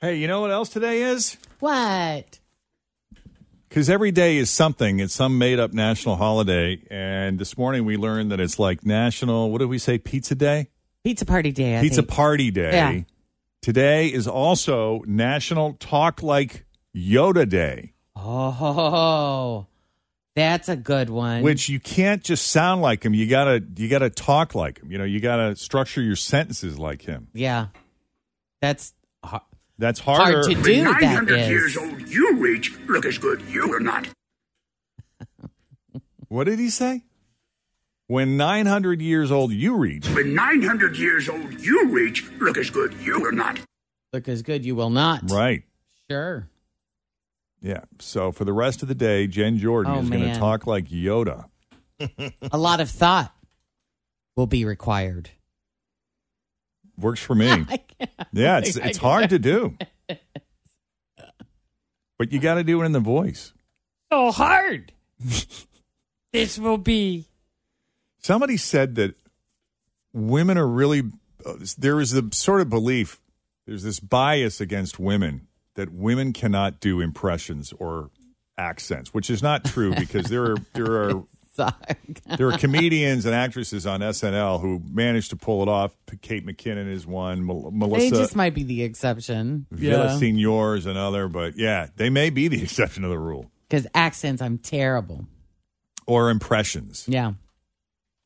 S2: Hey, you know what else today is?
S4: What?
S2: Because every day is something. It's some made up national holiday. And this morning we learned that it's like National, what did we say, Pizza Day?
S4: Pizza party day. I
S2: Pizza
S4: think.
S2: Party Day.
S4: Yeah.
S2: Today is also National Talk Like Yoda Day,
S4: Oh, that's a good one.
S2: which you can't just sound like him. You gotta you gotta talk like him. You know, you gotta structure your sentences like him.
S4: yeah, that's hard,
S2: That's harder.
S4: hard to do. That is.
S20: old you reach look as good you are not.
S2: What did he say? When nine hundred years old you reach.
S20: When 900 years old you reach look as good you are not.
S4: Look as good you will not.
S2: Right.
S4: Sure.
S2: Yeah. So for the rest of the day, Jen Jordan
S4: Oh,
S2: is going to
S4: man.
S2: talk like Yoda.
S4: a lot of thought will be required.
S2: Works for me. yeah, it's it's hard to do. But you got to do it in the voice.
S4: So hard. this will be.
S2: Somebody said that women are really uh, there is a sort of belief there's this bias against women that women cannot do impressions or accents, which is not true because there are there are there are comedians and actresses on SNL who managed to pull it off. Kate McKinnon is one. Mel- Melissa
S4: They just might be the exception.
S2: Villa Senior is another, but yeah, they may be the exception to the rule
S4: Because accents, I'm terrible.
S2: or impressions.
S4: Yeah.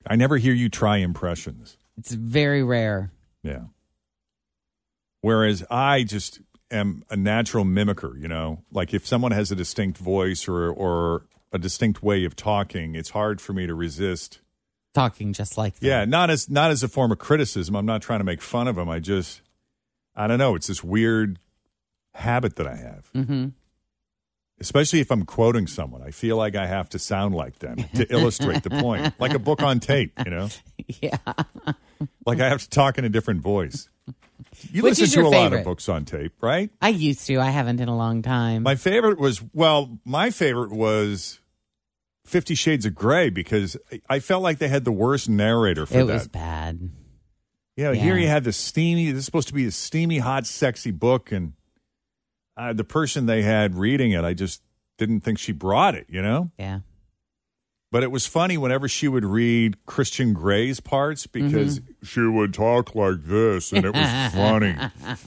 S2: I never hear you try impressions.
S4: It's very rare.
S2: Yeah. Whereas I just am a natural mimicker, you know? Like if someone has a distinct voice or or a distinct way of talking, it's hard for me to resist.
S4: Talking just like that.
S2: Yeah, not as not as a form of criticism. I'm not trying to make fun of them. I just I don't know, it's this weird habit that I have.
S4: Mm-hmm.
S2: Especially if I'm quoting someone, I feel like I have to sound like them to illustrate the point, like a book on tape, you know?
S4: Yeah.
S2: Like I have to talk in a different voice. You
S4: Which
S2: listen
S4: is
S2: to a
S4: your
S2: lot of
S4: favorite?
S2: books on tape, right?
S4: I used to. I haven't in a long time.
S2: My favorite was well, my favorite was Fifty Shades of Grey because I- I felt like they had the worst narrator for
S4: it
S2: that.
S4: was bad.
S2: you know, here
S4: yeah.
S2: you had the steamy. This is supposed to be a steamy, hot, sexy book, and uh, the person they had reading it, I just didn't think she brought it. You know,
S4: Yeah.
S2: But it was funny whenever she would read Christian Gray's parts because
S4: Mm-hmm.
S2: she would talk like this and it was funny.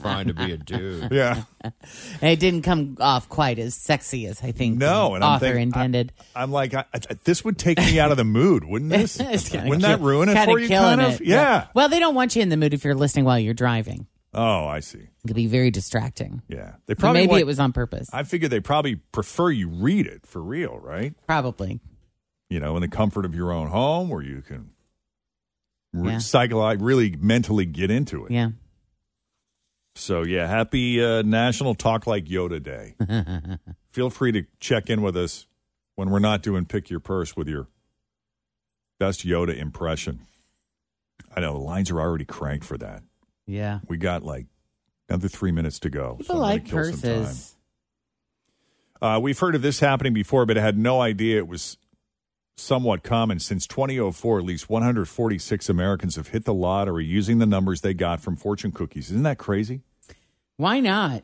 S3: Trying to be a dude.
S2: Yeah.
S4: And it didn't come off quite as sexy as I think
S2: No,
S4: the
S2: and I'm
S4: author
S2: thinking-
S4: intended.
S2: I'm like, I, I, this would take me out of the mood, wouldn't this?
S4: Kinda
S2: wouldn't that
S4: kill-
S2: ruin it
S4: kinda
S2: for you?
S4: killing
S2: Kind of?
S4: it.
S2: Yeah.
S4: Well, they don't want you in the mood if you're listening while you're driving.
S2: Oh, I see.
S4: It could be very distracting.
S2: Yeah. They
S4: But
S2: probably
S4: maybe
S2: want-
S4: it was on purpose.
S2: I figure they probably prefer you read it for real, right?
S4: Probably.
S2: You know, in the comfort of your own home where you can re-
S4: Yeah.
S2: psycholi- really mentally get into it.
S4: Yeah.
S2: So, yeah, happy uh, National Talk Like Yoda Day. Feel free to check in with us when we're not doing Pick Your Purse with your best Yoda impression. I know the lines are already cranked for that.
S4: Yeah.
S2: We got like another three minutes to go.
S4: People
S2: I'm gonna
S4: like
S2: kill some time.
S4: purses.
S2: Uh, we've heard of this happening before, but I had no idea it was somewhat common. Since 2004, at least 146 Americans have hit the lottery using the numbers they got from fortune cookies. Isn't that crazy?
S4: Why not?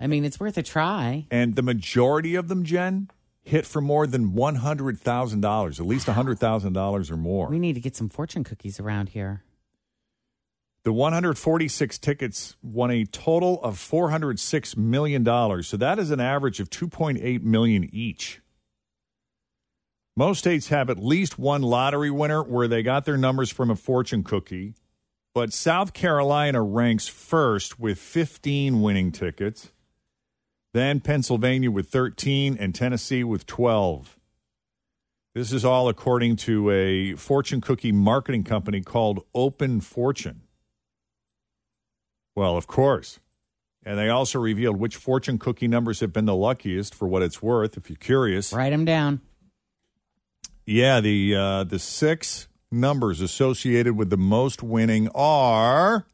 S4: I mean, it's worth a try.
S2: And the majority of them, Jen, hit for more than $100,000, at least $100,000 or more.
S4: We need to get some fortune cookies around here.
S2: The 146 tickets won a total of $406 million. So that is an average of $2.8 million each. Most states have at least one lottery winner where they got their numbers from a fortune cookie, but South Carolina ranks first with 15 winning tickets, then Pennsylvania with 13, and Tennessee with 12. This is all according to a fortune cookie marketing company called Open Fortune. Well, of course. And they also revealed which fortune cookie numbers have been the luckiest for what it's worth, if you're curious.
S4: Write them down.
S2: Yeah, the uh, the six numbers associated with the most winning are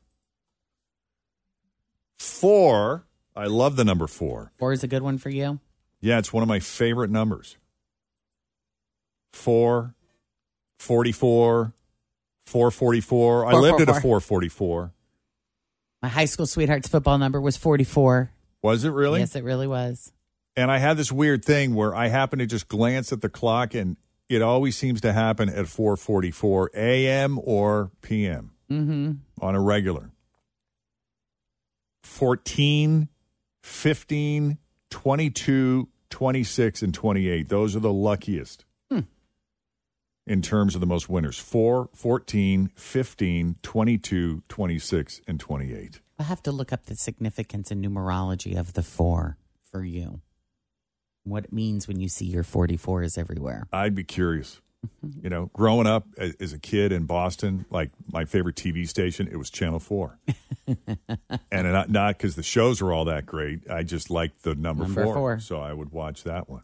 S2: four. I love the number four.
S4: Four is a good one for you.
S2: Yeah, it's one of my favorite numbers. Four, 44, 444. I
S4: Four,
S2: lived
S4: four,
S2: at a
S4: four.
S2: 444.
S4: My high school sweetheart's football number was 44.
S2: Was it really?
S4: Yes, it really was.
S2: And I had this weird thing where I happen to just glance at the clock and it always seems to happen at 4:44 a.m. or p.m.
S4: Mm-hmm.
S2: on a regular. 14, 15, 22, 26 and 28. Those are the luckiest.
S4: Hmm.
S2: In terms of the most winners, 4, 14, 15, 22, 26 and 28.
S4: I'll have to look up the significance and numerology of the four for you. What it means when you see your 44s everywhere.
S2: I'd be curious.
S4: Mm-hmm.
S2: You know, growing up a- as a kid in Boston, like my favorite TV station, it was Channel 4. and not not because the shows were all that great. I just liked the number,
S4: Number four.
S2: So I would watch that one.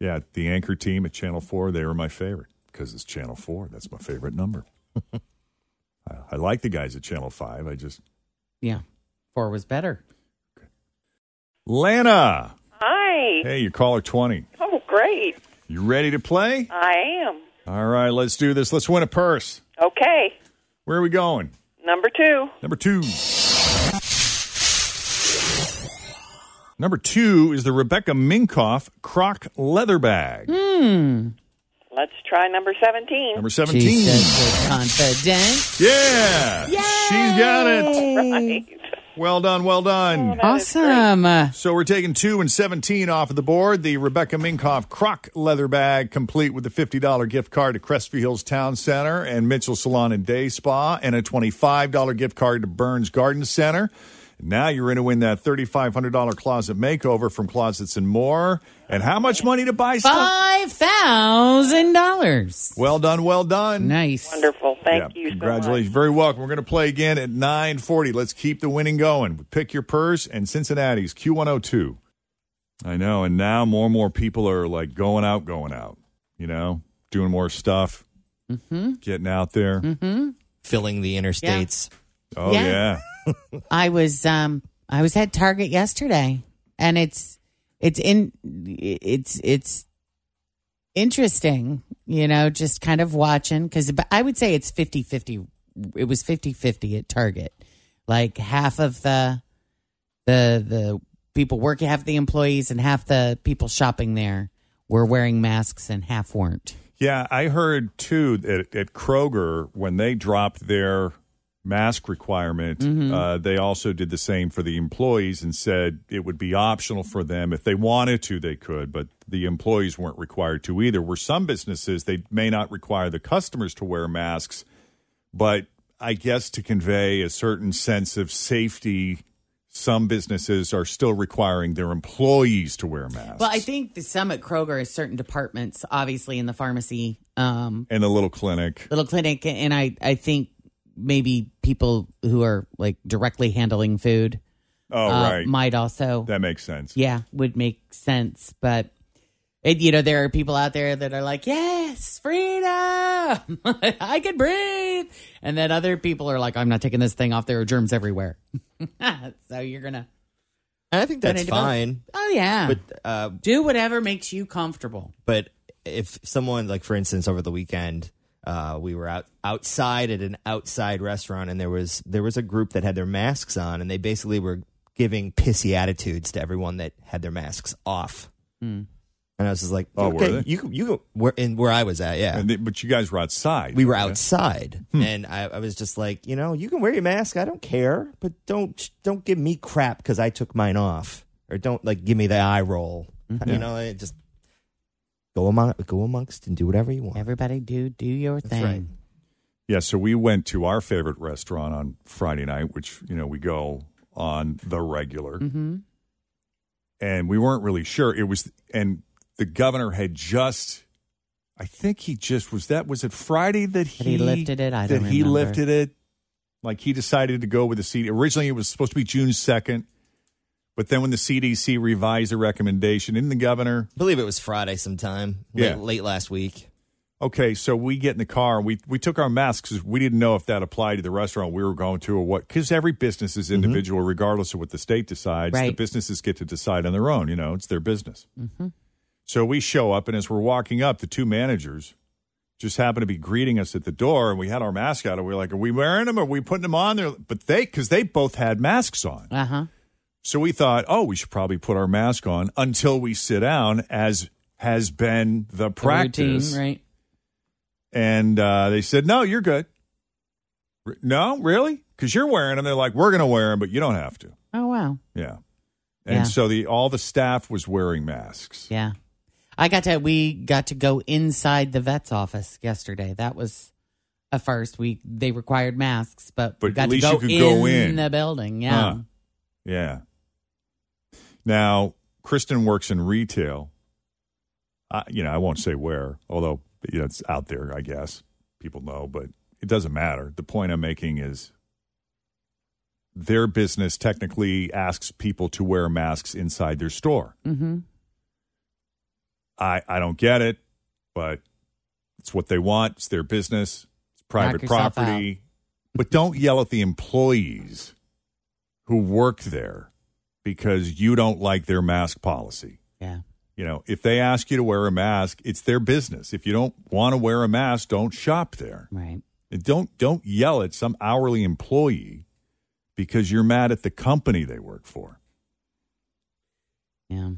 S2: Yeah, the anchor team at Channel 4, they were my favorite because it's Channel 4. That's my favorite number. I, I like the guys at Channel 5. I just.
S4: Yeah. Four was better.
S2: Lana!
S21: Hi.
S2: Hey, you're caller 20.
S21: Oh, great.
S2: You ready to play?
S21: I am.
S2: All right, let's do this. Let's win a purse.
S21: Okay.
S2: Where are we going?
S21: Number two.
S2: Number two. Number two is the Rebecca Minkoff Croc Leather Bag.
S21: Hmm. Let's try number 17.
S2: Number 17.
S4: confident.
S2: Yeah. She's got it. Well done. Well done.
S4: awesome.
S2: So we're taking two and 17 off of the board. The Rebecca Minkoff Croc Leather Bag, complete with a $50 gift card to Crestview Hills Town Center and Mitchell Salon and Day Spa, and a $25 gift card to Burns Garden Center. Now you're in to win that $3,500 closet makeover from Closets and More. And how much money to buy stuff?
S4: $5,000.
S2: Well done, well done.
S4: Nice.
S21: Wonderful. Thank you so much.
S2: Congratulations. Very welcome. We're going to play again at 940. Let's keep the winning going. Pick your purse and Cincinnati's Q102. I know. And now more and more people are like going out, going out, you know, doing more stuff,
S4: Mm-hmm.
S2: getting out there.
S4: Mm-hmm.
S3: Filling the interstates.
S2: Oh,
S4: Yeah.
S2: yeah.
S4: I was um I was at Target yesterday, and it's it's in it's it's interesting, you know, just kind of watching because I would say it's 50-50. It was 50-50 at Target, like half of the the the people working, half the employees, and half the people shopping there were wearing masks, and half weren't.
S2: Yeah, I heard too that at Kroger when they dropped their mask requirement,
S4: Mm-hmm.
S2: uh, they also did the same for the employees and said it would be optional for them if they wanted to, they could, but the employees weren't required to either. Where some businesses they may not require the customers to wear masks, but I guess to convey a certain sense of safety. Some businesses are still requiring their employees to wear masks.
S4: Well, I think the some at Kroger is certain departments, obviously in the pharmacy, um,
S2: and the little clinic.
S4: little clinic, and I, I think maybe people who are like directly handling food,
S2: Oh,
S4: uh,
S2: right.
S4: might also
S2: That makes sense.
S4: yeah, would make sense. But it, you know, there are people out there that are like, "Yes, freedom! I can breathe," and then other people are like, "I'm not taking this thing off. There are germs everywhere." so you're gonna.
S3: And I think
S4: gonna
S3: that's
S4: develop-
S3: fine.
S4: Oh yeah,
S3: But uh,
S4: do whatever makes you comfortable.
S3: but if someone like for instance over the weekend uh, we were out outside at an outside restaurant and there was there was a group that had their masks on and they basically were giving pissy attitudes to everyone that had their masks off and I was just like
S2: Oh, were
S3: okay
S2: they?
S3: you you where in where I was at yeah
S2: And they, but you guys were outside.
S3: we were
S2: Yeah.
S3: outside
S2: Hmm.
S3: and I, I was just like you know you can wear your mask I don't care but don't don't give me crap because I took mine off or don't like give me the eye roll
S4: Yeah.
S2: Mm-hmm.
S3: you know it just go among go amongst and do whatever you want
S4: Everybody do do your thing.
S2: Yeah, so we went to our favorite restaurant on Friday night, which, you know, we go on the regular.
S4: Mhm.
S2: And we weren't really sure. It was, and the governor had just, I think he just was that, was it Friday that he,
S4: That he lifted it? I
S2: that
S4: don't
S2: he
S4: remember.
S2: lifted it. Like he decided to go with the CD. Originally, it was supposed to be June 2nd. But then when the CDC revised the recommendation, didn't the governor
S3: I believe it was Friday sometime.
S2: Yeah.
S3: Late, late last week.
S2: Okay, so we get in the car and we we took our masks 'cause we didn't know if that applied to the restaurant we were going to or what. Because every business is individual, regardless of what the state decides. The
S4: Right.
S2: businesses get to decide on their own. You know, it's their business. So we show up, and as we're walking up, the two managers just happened to be greeting us at the door, and we had our mask out, and we are like, "Are we wearing them? Are we putting them on?" There, but they because they both had masks on.
S4: Uh huh.
S2: So we thought, oh, we should probably put our mask on until we sit down, as has been the practice.
S4: routine, right?
S2: And uh, they said, no, you're good. R- No, really? Because you're wearing them. They're like, we're going to wear them, but you don't have to.
S4: Oh wow,
S2: Yeah. And
S4: Yeah.
S2: so the all the staff was wearing masks.
S4: yeah. I got to. We got to go inside the vet's office yesterday. That was a first. We they required masks, but, we
S2: But
S4: got
S2: at least
S4: to
S2: you
S4: go,
S2: could
S4: in
S2: go in.
S4: the building. Yeah.
S2: Huh. Yeah. Now, Kristen works in retail. I, you know, I won't say where, although you know, it's out there, I guess. People know, but it doesn't matter. The point I'm making is their business technically asks people to wear masks inside their store.
S4: Mm-hmm.
S2: I, I don't get it, but it's what they want. It's their business. It's private
S4: yourself
S2: property. But don't yell at the employees who work there because you don't like their mask policy.
S4: Yeah.
S2: You know, if they ask you to wear a mask, it's their business. If you don't want to wear a mask, don't shop there.
S4: Right.
S2: And don't don't yell at some hourly employee because you're mad at the company they work for.
S4: Yeah.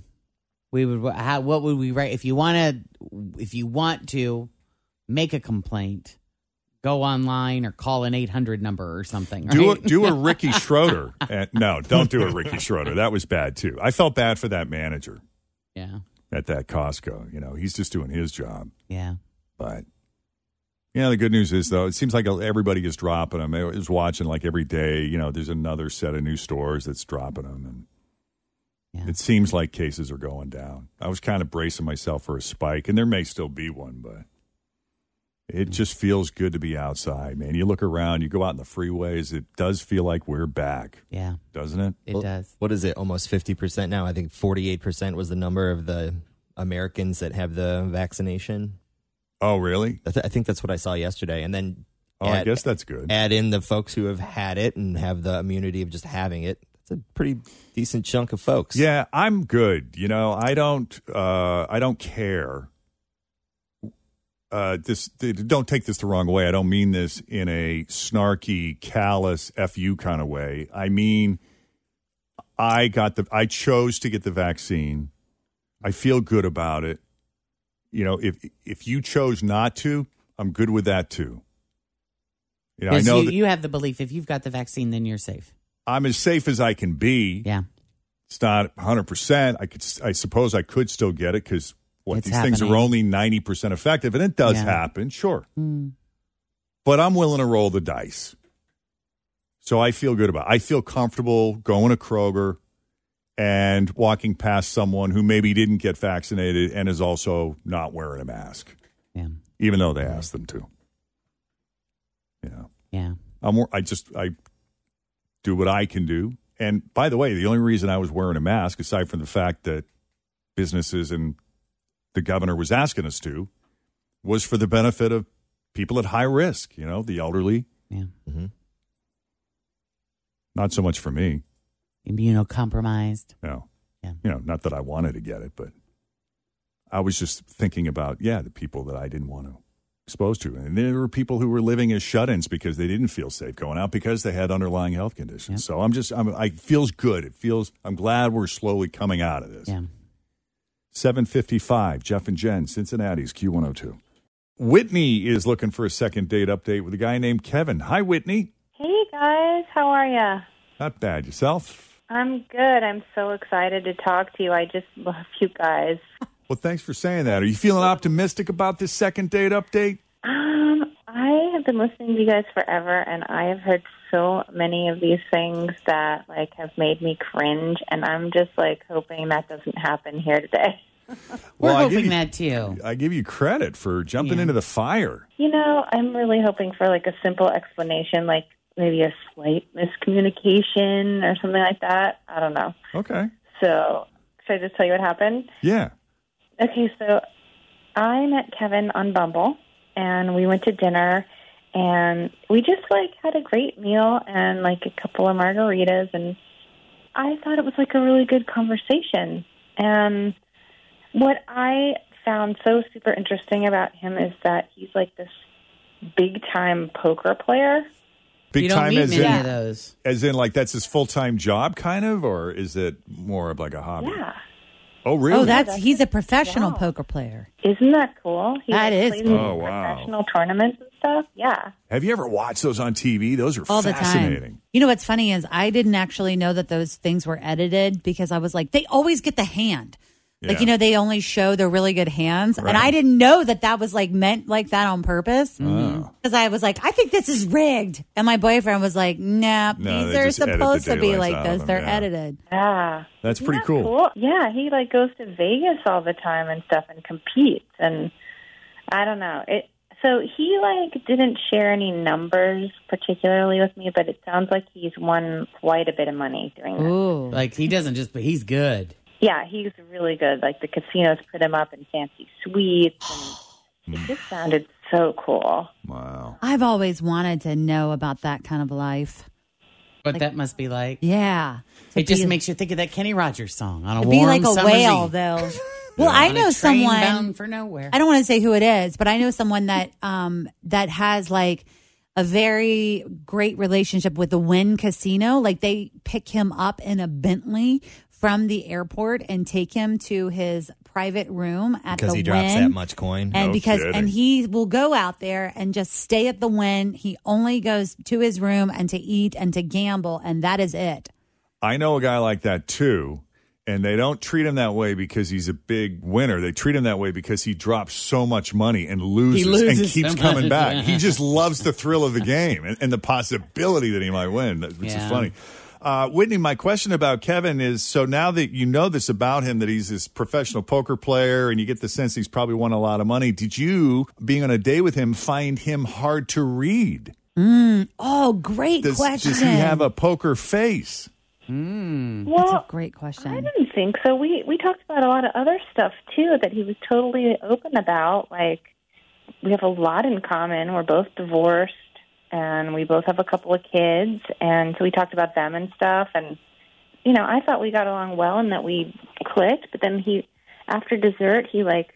S4: We would. How, what would we write if you want to? If you want to make a complaint, go online or call an eight hundred number or something.
S2: Do a,
S4: right?
S2: do a Ricky Schroeder. And, no, don't do a Ricky Schroeder. That was bad too. I felt bad for that manager
S4: yeah.
S2: at that Costco. You know, he's just doing his job.
S4: Yeah.
S2: But you know, the good news is though, it seems like everybody is dropping them. I was watching like every day. You know, there's another set of new stores that's dropping them, and it seems like cases are going down. I was kind of bracing myself for a spike, and there may still be one, but. It just feels good to be outside, man. You look around, you go out in the freeways. It does feel like we're back,
S4: Yeah.
S2: doesn't it?
S4: It does.
S3: What is it? Almost 50% now. I think 48% was the number of the Americans that have the vaccination.
S2: Oh, really?
S3: I, th- I think that's what I saw yesterday. And then
S2: Oh, I guess that's good.
S3: add in the folks who have had it and have the immunity of just having it. That's a pretty decent chunk of folks.
S2: Yeah, I'm good. You know, I don't uh I don't care. Uh this th- don't take this the wrong way. I don't mean this in a snarky, callous fu kind of way. I mean I got the I chose to get the vaccine. I feel good about it. you know, if if you chose not to, I'm good with that too. You know, I
S4: 'Cause
S2: know
S4: you,
S2: that
S4: you have the belief if you've got the vaccine, then you're safe.
S2: I'm as safe as I can be.
S4: Yeah.
S2: It's not 100%. I could I suppose I could still get it cuz what
S4: It's
S2: these things are
S4: happening.
S2: only 90% effective and it does
S4: Yeah.
S2: happen, sure. But I'm willing to roll the dice. So I feel good about. It. I feel comfortable going to Kroger and walking past someone who maybe didn't get vaccinated and is also not wearing a mask.
S4: Yeah.
S2: Even though they asked them to. You know.
S4: Yeah.
S2: I'm wor- I just I do what I can do. And by the way, the only reason I was wearing a mask, aside from the fact that businesses and the governor was asking us to, was for the benefit of people at high risk. You know, the elderly.
S4: Yeah.
S2: Not so much for me.
S4: Immunocompromised.
S2: No.
S4: Yeah.
S2: You know, not that I wanted to get it, but I was just thinking about, yeah, the people that I didn't want to expose to. And there were people who were living as shut ins because they didn't feel safe going out because they had underlying health conditions. So I'm just, I'm, I it feels good. It feels, I'm glad we're slowly coming out of this.
S4: Yeah.
S2: 755, Jeff and Jen, Cincinnati's Q102. Whitney is looking for a second date update with a guy named Kevin. Hi, Whitney.
S6: Hey guys, how are ya?
S2: Not bad. Yourself?
S6: I'm good. I'm so excited to talk to you. I just love you guys.
S2: Well, thanks for saying that. Are you feeling optimistic about this second date update?
S6: Um, I have been listening to you guys forever, and I have heard so many of these things that like have made me cringe, and I'm just like hoping that doesn't happen here today.
S4: We're
S2: I give
S4: hoping
S2: you-
S4: that too.
S2: I give you credit for jumping into the fire.
S6: You know, I'm really hoping for like a simple explanation, like maybe a slight miscommunication or something like that. I don't know.
S2: Okay.
S6: So, should I just tell you what happened?
S2: Yeah.
S6: Okay, so I met Kevin on Bumble and we went to dinner and we just like had a great meal and like a couple of margaritas and I thought it was like a really good conversation. And what I found so super interesting about him is that he's like this big time poker player.
S2: Big
S6: You don't
S2: time
S6: meet
S2: as
S6: many
S2: in
S6: of
S4: those.
S2: As in like that's his full time job kind of, or is it more of like a hobby?
S6: Yeah.
S2: Oh really?
S7: Oh, that's he's a professional poker player.
S6: Isn't that cool? He
S7: That
S6: like,
S7: is
S6: plays in
S7: cool.
S2: Oh, wow.
S6: National tournaments and stuff. Yeah.
S2: Have you ever watched those on TV? Those are
S7: all the time.
S2: fascinating.
S7: You know what's funny is I didn't actually know that those things were edited because I was like, they always get the hand. Like
S2: Yeah.
S7: you know, they only show their really good hands,
S2: Right.
S7: and I didn't know that that was like meant like that on purpose.
S2: Oh.
S7: Because I was like, I think this is rigged, and my boyfriend was like, Nah,
S2: No,
S7: these
S2: they
S7: are
S2: just edit the
S7: supposed to be
S2: daylights
S7: like
S2: out of
S7: this.
S2: them,
S7: They're
S2: yeah.
S7: edited.
S6: Yeah.
S2: That's pretty
S6: Yeah,
S2: cool.
S6: Yeah, he like goes to Vegas all the time and stuff and competes and I don't know. It so he like didn't share any numbers particularly with me, but it sounds like he's won quite a bit of money doing this.
S7: Ooh.
S4: Like he doesn't just, but he's good.
S6: Yeah, he's really good. Like the casinos put him up in fancy suites and it just sounded so cool.
S2: Wow.
S7: I've always wanted to know about that kind of life.
S4: What that must be like.
S7: Yeah, To
S4: It just
S7: be-
S4: makes you think of that Kenny Rogers song on a
S7: It'd
S4: warm
S7: be like a
S4: summer's
S7: whale,
S4: eve.
S7: though. Well, I
S4: On a
S7: know
S4: train
S7: someone
S4: bound for nowhere.
S7: I don't want to say who it is, but I know someone that um that has like a very great relationship with the Wynn Casino. Like they pick him up in a Bentley from the airport and take him to his private room at
S3: Because
S7: the
S3: he drops
S7: Wynn.
S3: that much coin.
S7: And
S3: No
S7: because
S3: kidding.
S7: and he will go out there and just stay at the Wynn. He only goes to his room and to eat and to gamble, and that is it.
S2: I know a guy like that too, and they don't treat him that way because he's a big winner. They treat him that way because he drops so much money and loses, and
S4: loses
S2: keeps
S4: so
S2: coming
S4: much.
S2: back. He just loves the thrill of the game and, and the possibility that he might win, that- which
S4: Yeah.
S2: is funny. Uh, Whitney, my question about Kevin is so now that you know this about him, that he's this professional poker player and you get the sense he's probably won a lot of money, did you, being on a day with him, find him hard to read?
S7: Mm. Oh, great
S2: Does,
S7: question.
S2: does he have a poker face?
S7: Mm. That's a great question.
S6: I didn't think so. We we talked about a lot of other stuff too that he was totally open about. Like we have a lot in common. We're both divorced and we both have a couple of kids and so we talked about them and stuff and you know, I thought we got along well and that we clicked, but then he after dessert he like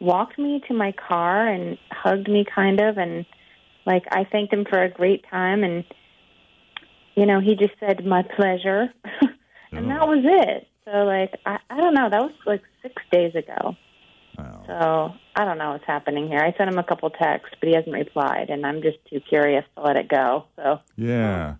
S6: walked me to my car and hugged me kind of and like I thanked him for a great time and you know, he just said my pleasure.
S14: Uh-huh.
S6: and that was it. So like I, I don't know, that was like six days ago. So I don't know what's happening here. I sent him a couple texts, but he hasn't replied, and I'm just too curious to let it go. So
S2: Yeah.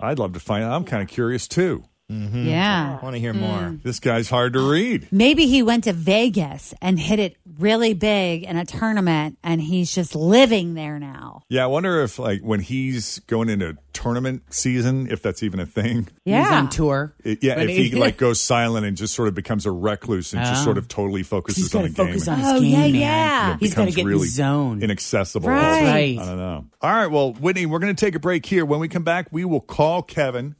S2: I'd love to find out. I'm kind of curious too. Mm-hmm.
S7: Yeah.
S3: want to hear more.
S2: This guy's hard to read.
S7: Maybe he went to Vegas and hit it really big in a tournament and he's just living there now.
S2: Yeah, I wonder if like when he's going into tournament season, if that's even a thing.
S7: Yeah. He's on
S4: tour.
S2: It- Uh, yeah,
S4: But
S2: if he,
S4: he-
S2: like goes silent and just sort of becomes a recluse and just
S4: Oh.
S2: sort of totally focuses on the
S4: gotta focus
S2: game.
S4: on his Oh, game, yeah, man. yeah.
S2: You know,
S4: He's gotta
S2: becomes
S4: get in the
S2: really
S4: zone.
S2: inaccessible.
S4: Right. Right.
S2: I don't know. All right, well, Whitney, we're going to take a break here. When we come back, we will call Kevin.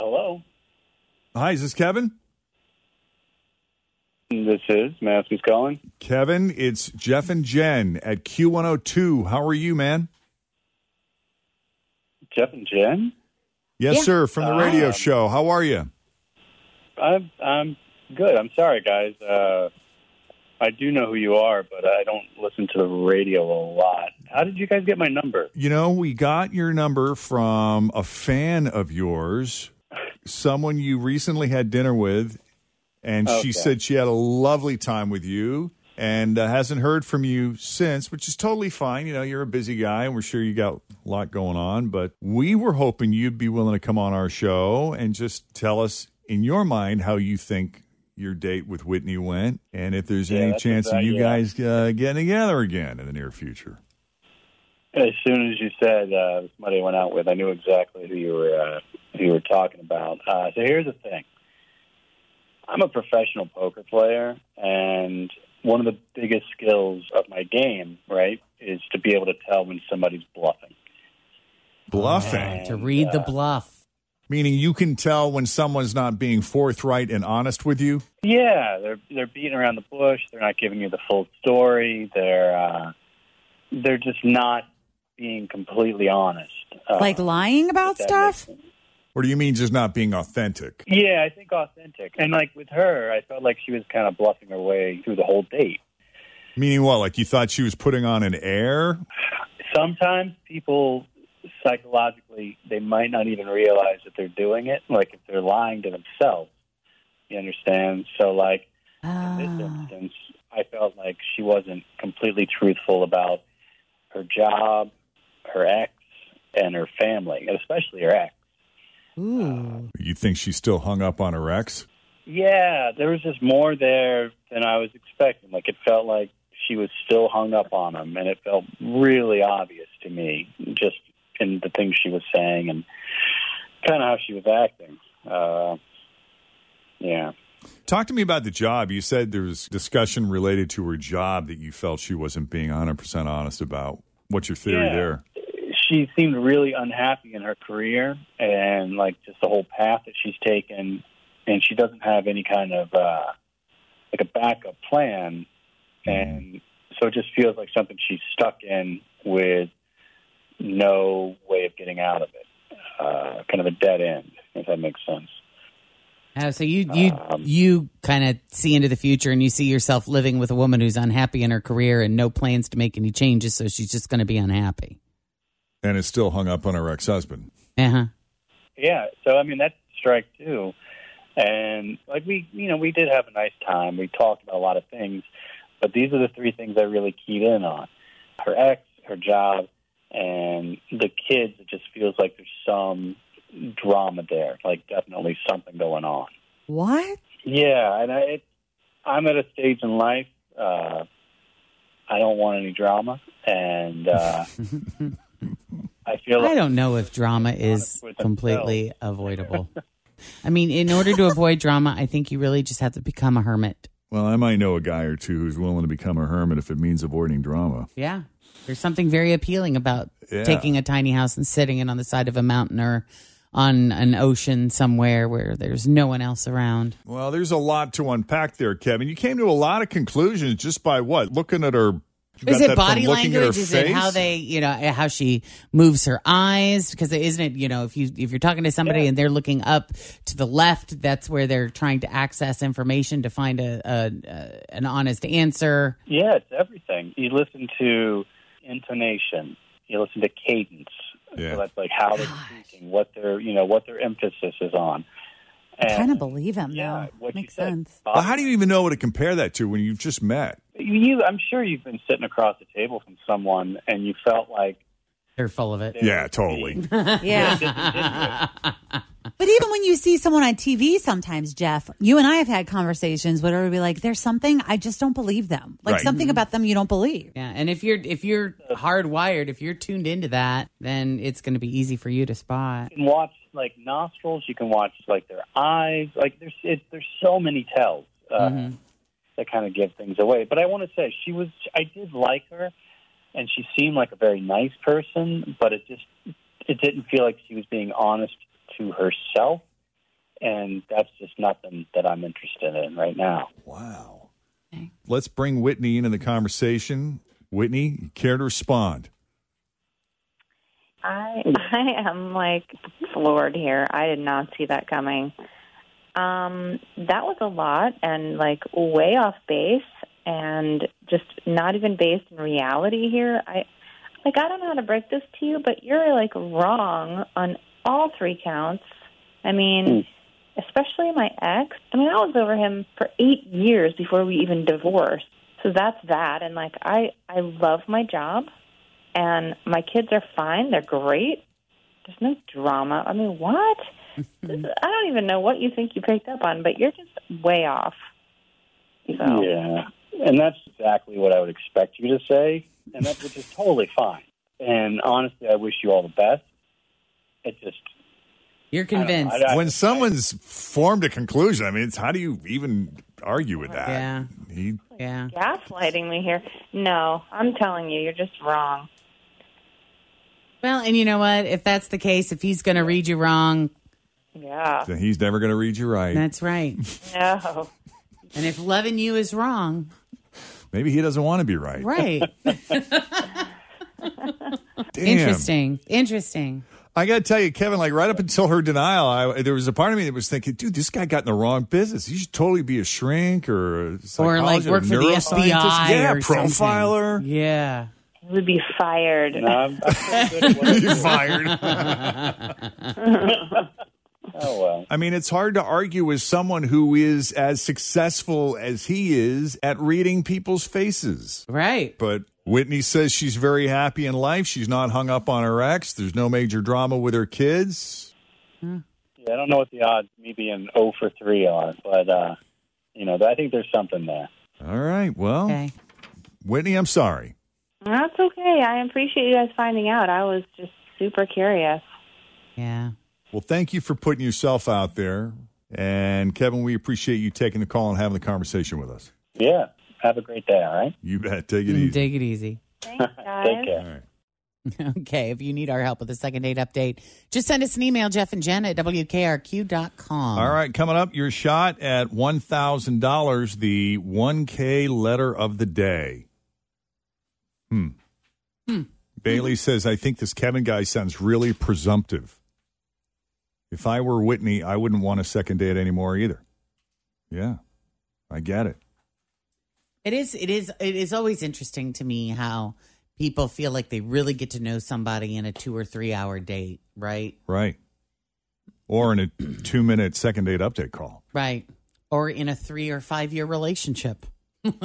S14: Hello.
S2: Hi, is this Kevin?
S14: This is Matthew's calling.
S2: Kevin, it's Jeff and Jen at Q102. How are you, man?
S14: Jeff and Jen.
S2: Yes,
S14: Yeah.
S2: sir, from the radio
S14: Um,
S2: show. How are you?
S14: I'm I'm good. I'm sorry, guys. Uh, I do know who you are, but I don't listen to the radio a lot. How did you guys get my number?
S2: You know, we got your number from a fan of yours, someone you recently had dinner with, and
S14: Okay.
S2: she said she had a lovely time with you and uh, hasn't heard from you since, which is totally fine. You know, you're a busy guy and we're sure you got a lot going on, but we were hoping you'd be willing to come on our show and just tell us in your mind how you think your date with Whitney went and if there's
S14: Yeah,
S2: any
S14: that's
S2: chance of
S14: exact-
S2: you
S14: yeah.
S2: guys uh, getting together again in the near future.
S14: Oh, As soon as you said uh, somebody I went out with, I knew exactly who you were uh, who you were talking about. Uh, so here's the thing: I'm a professional poker player, and one of the biggest skills of my game, right, is to be able to tell when somebody's bluffing.
S2: Bluffing.
S4: To read the bluff.
S2: Meaning you can tell when someone's not being forthright and honest with you.
S14: Yeah, they're they're beating around the bush. They're not giving you the full story. They're uh, they're just not being completely honest. Uh,
S7: like lying about stuff?
S2: Or do you mean just not being authentic?
S14: Yeah, I think authentic. And like with her, I felt like she was kind of bluffing her way through the whole date.
S2: Meaning what? Like you thought she was putting on an air?
S14: Sometimes people psychologically they might not even realize that they're doing it, like if they're lying to themselves. You understand? So like in this instance, I felt like she wasn't completely truthful about her job, her ex, and her family, and especially her ex.
S2: You think she's still hung up on her ex?
S14: Yeah, there was just more there than I was expecting. Like it felt like she was still hung up on him, and it felt really obvious to me just in the things she was saying and kind of how she was acting. Uh, yeah.
S2: Talk to me about the job. You said there was discussion related to her job that you felt she wasn't being 100% honest about. What's your theory
S14: Yeah.
S2: there?
S14: She seemed really unhappy in her career and like just the whole path that she's taken, and she doesn't have any kind of uh, like a backup plan, and so it just feels like something she's stuck in with no way of getting out of it. Uh, kind of a dead end, if that makes sense.
S4: Uh, so you you you kind of see into the future and you see yourself living with a woman who's unhappy in her career and no plans to make any changes, so she's just going to be unhappy.
S2: And is still hung up on her ex husband.
S4: Uh huh.
S14: Yeah, so I mean that's strike two, and like we, you know, we did have a nice time. We talked about a lot of things, but these are the three things I really keyed in on: her ex, her job, and the kids. It just feels like there's some drama there, like definitely something going on.
S7: What?
S14: Yeah, and I, it, I'm at a stage in life. Uh, I don't want any drama, and uh, I feel like
S4: I don't know if drama is completely avoidable. I mean, in order to avoid drama, I think you really just have to become a hermit.
S2: Well, I might know a guy or two who's willing to become a hermit if it means avoiding drama.
S4: Yeah. There's something very appealing about
S2: Yeah.
S4: taking a tiny house and sitting it on the side of a mountain or on an ocean somewhere where there's no one else around.
S2: Well, there's a lot to unpack there, Kevin. You came to a lot of conclusions just by what? Looking at her got
S4: Is it
S2: that from
S4: body
S2: looking at her
S4: language? Is it how
S2: face?
S4: they, you know, how she moves her eyes? Because isn't it, you know, if you if you're talking to somebody and they're looking up to the left, that's where they're trying to access information to find a, a, a an honest answer.
S14: Yeah, it's everything. You listen to intonation. You listen to cadence. So that's like how they're speaking, what their you know what their emphasis is on.
S7: I kind of believe him now. Makes sense.
S2: Well, how do you even know what to compare that to when you've just met?
S14: You, I'm sure you've been sitting across the table from someone and you felt like
S4: they're full of it.
S2: Yeah, totally.
S7: yeah. but even when you see someone on TV sometimes, Jeff, you and I have had conversations where it would be like, there's something I just don't believe them. Like
S4: Right.
S7: something about them you don't believe.
S4: Yeah, and if you're if you're hardwired, if you're tuned into that, then it's going to be easy for you to spot.
S14: you can watch like nostrils. You can watch like their eyes. Like there's it, there's so many tells uh,
S4: Mhm.
S14: that kind of give things away. But I want to say she was I did like her, and she seemed like a very nice person. But it just it didn't feel like she was being honest to herself, and that's just nothing that I'm interested in right now.
S2: Wow. Let's bring Whitney into the conversation. Whitney, you care to respond?
S6: I I am like floored here. I did not see that coming. Um, that was a lot and like way off base and just not even based in reality here. I like I don't know how to break this to you, but you're like wrong on all three counts. I mean,
S14: Hmm.
S6: especially my ex. I mean, I was over him for eight years before we even divorced. So that's that. And like I I love my job and my kids are fine. They're great. There's no drama. I mean, what? This is- I don't even know what you think you picked up on, but you're just way off. So-
S14: Yeah, and that's exactly what I would expect you to say, and that which is totally fine. And honestly, I wish you all the best. It just
S4: You're
S14: don't know.
S4: convinced.
S14: I- I-
S2: when someone's formed a conclusion, I mean, it's how do you even argue with that? Yeah. He,
S4: yeah.
S6: Gaslighting me here. No, I'm telling you, you're just wrong.
S4: Well, and you know what? If that's the case, if he's going to read you wrong,
S6: yeah,
S2: then he's never going to read you right.
S4: that's right.
S6: no.
S4: And if loving you is wrong,
S2: Maybe he doesn't want to be right.
S4: right?
S2: Damn.
S4: Interesting. Interesting.
S2: I got to tell you, Kevin, like right up until her denial, I, there was a part of me that was thinking, dude, this guy got in the wrong business. He should totally be a shrink or a psychologist
S4: work for the
S2: neuroscientist.
S4: FBI
S2: Yeah,
S4: or
S2: profiler.
S4: Yeah.
S6: You would be fired.
S14: No, I'm, I'm pretty good at what I do.
S2: You're fired.
S14: oh well.
S2: I mean, it's hard to argue with someone who is as successful as he is at reading people's faces.
S4: Right.
S2: But Whitney says she's very happy in life. She's not hung up on her ex. There's no major drama with her kids.
S14: Yeah, I don't know what the odds me being zero for three are, but uh, you know, I think there's something there.
S2: All right. Well, Whitney, I'm sorry.
S6: That's okay. I appreciate you guys finding out. I was just super curious.
S4: Yeah.
S2: Well, thank you for putting yourself out there. And Kevin, we appreciate you taking the call and having the conversation with us.
S14: Yeah. Have a great day. All right.
S2: You bet. Take
S4: Mm,
S2: it easy.
S4: Take it easy.
S14: Take care.
S4: Okay, if you need our help with a second date update, just send us an email, Jeff and Jen at WKRQ.com.
S2: All right, coming up, your shot at $1,000, the 1K letter of the day. Hmm. Bailey says, I think this Kevin guy sounds really presumptive. If I were Whitney, I wouldn't want a second date anymore either. Yeah, I get it.
S4: It is it is it is always interesting to me how people feel like they really get to know somebody in a two or three hour date, right?
S2: Right. Or in a two minute second date update call.
S4: Right. Or in a three or five year relationship.
S2: Good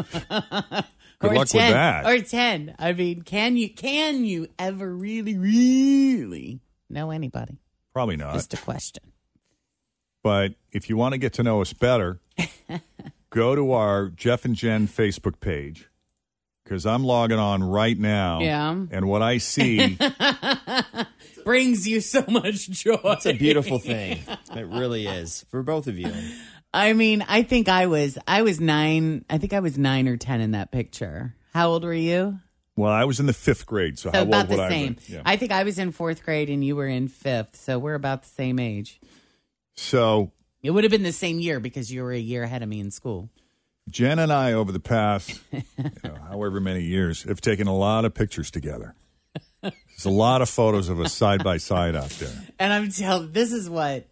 S4: or
S2: luck with
S4: 10,
S2: that.
S4: Or ten. I mean, can you can you ever really, really know anybody?
S2: Probably not.
S4: Just a question.
S2: But if you want to get to know us better, go to our Jeff and Jen Facebook page because I'm logging on right now.
S4: Yeah.
S2: And what I see,
S4: Brings you so much joy.
S3: It's a beautiful thing. It really is for both of you.
S4: I mean, I think I was I was nine I think I was nine or ten in that picture. How old were you?
S2: well, I was in the fifth grade, so,
S4: So
S2: how
S4: about
S2: old would
S4: the
S2: Uh, I
S4: same.
S2: be? Yeah.
S4: I think I was in fourth grade and you were in fifth, so we're about the same age.
S2: so
S4: It would have been the same year because you were a year ahead of me in school.
S2: Jen and I, over the past you know, however many years, have taken a lot of pictures together. There's a lot of photos of us side by side out there.
S4: And I'm telling, this is what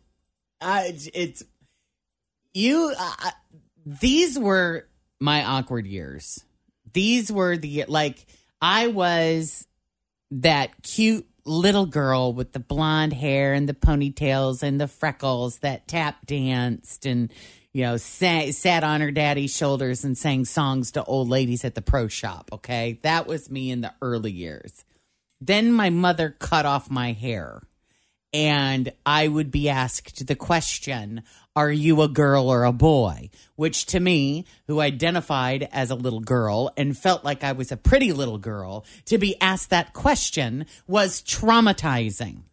S4: I it's you. I, these were my awkward years. These were the like I was that cute little girl with the blonde hair and the ponytails and the freckles that tap danced and you know sa- sat on her daddy's shoulders and sang songs to old ladies at the pro shop. Okay, that was me in the early years. Then my mother cut off my hair and I would be asked the question, Are you a girl or a boy? Which to me, who identified as a little girl and felt like I was a pretty little girl, to be asked that question was traumatizing,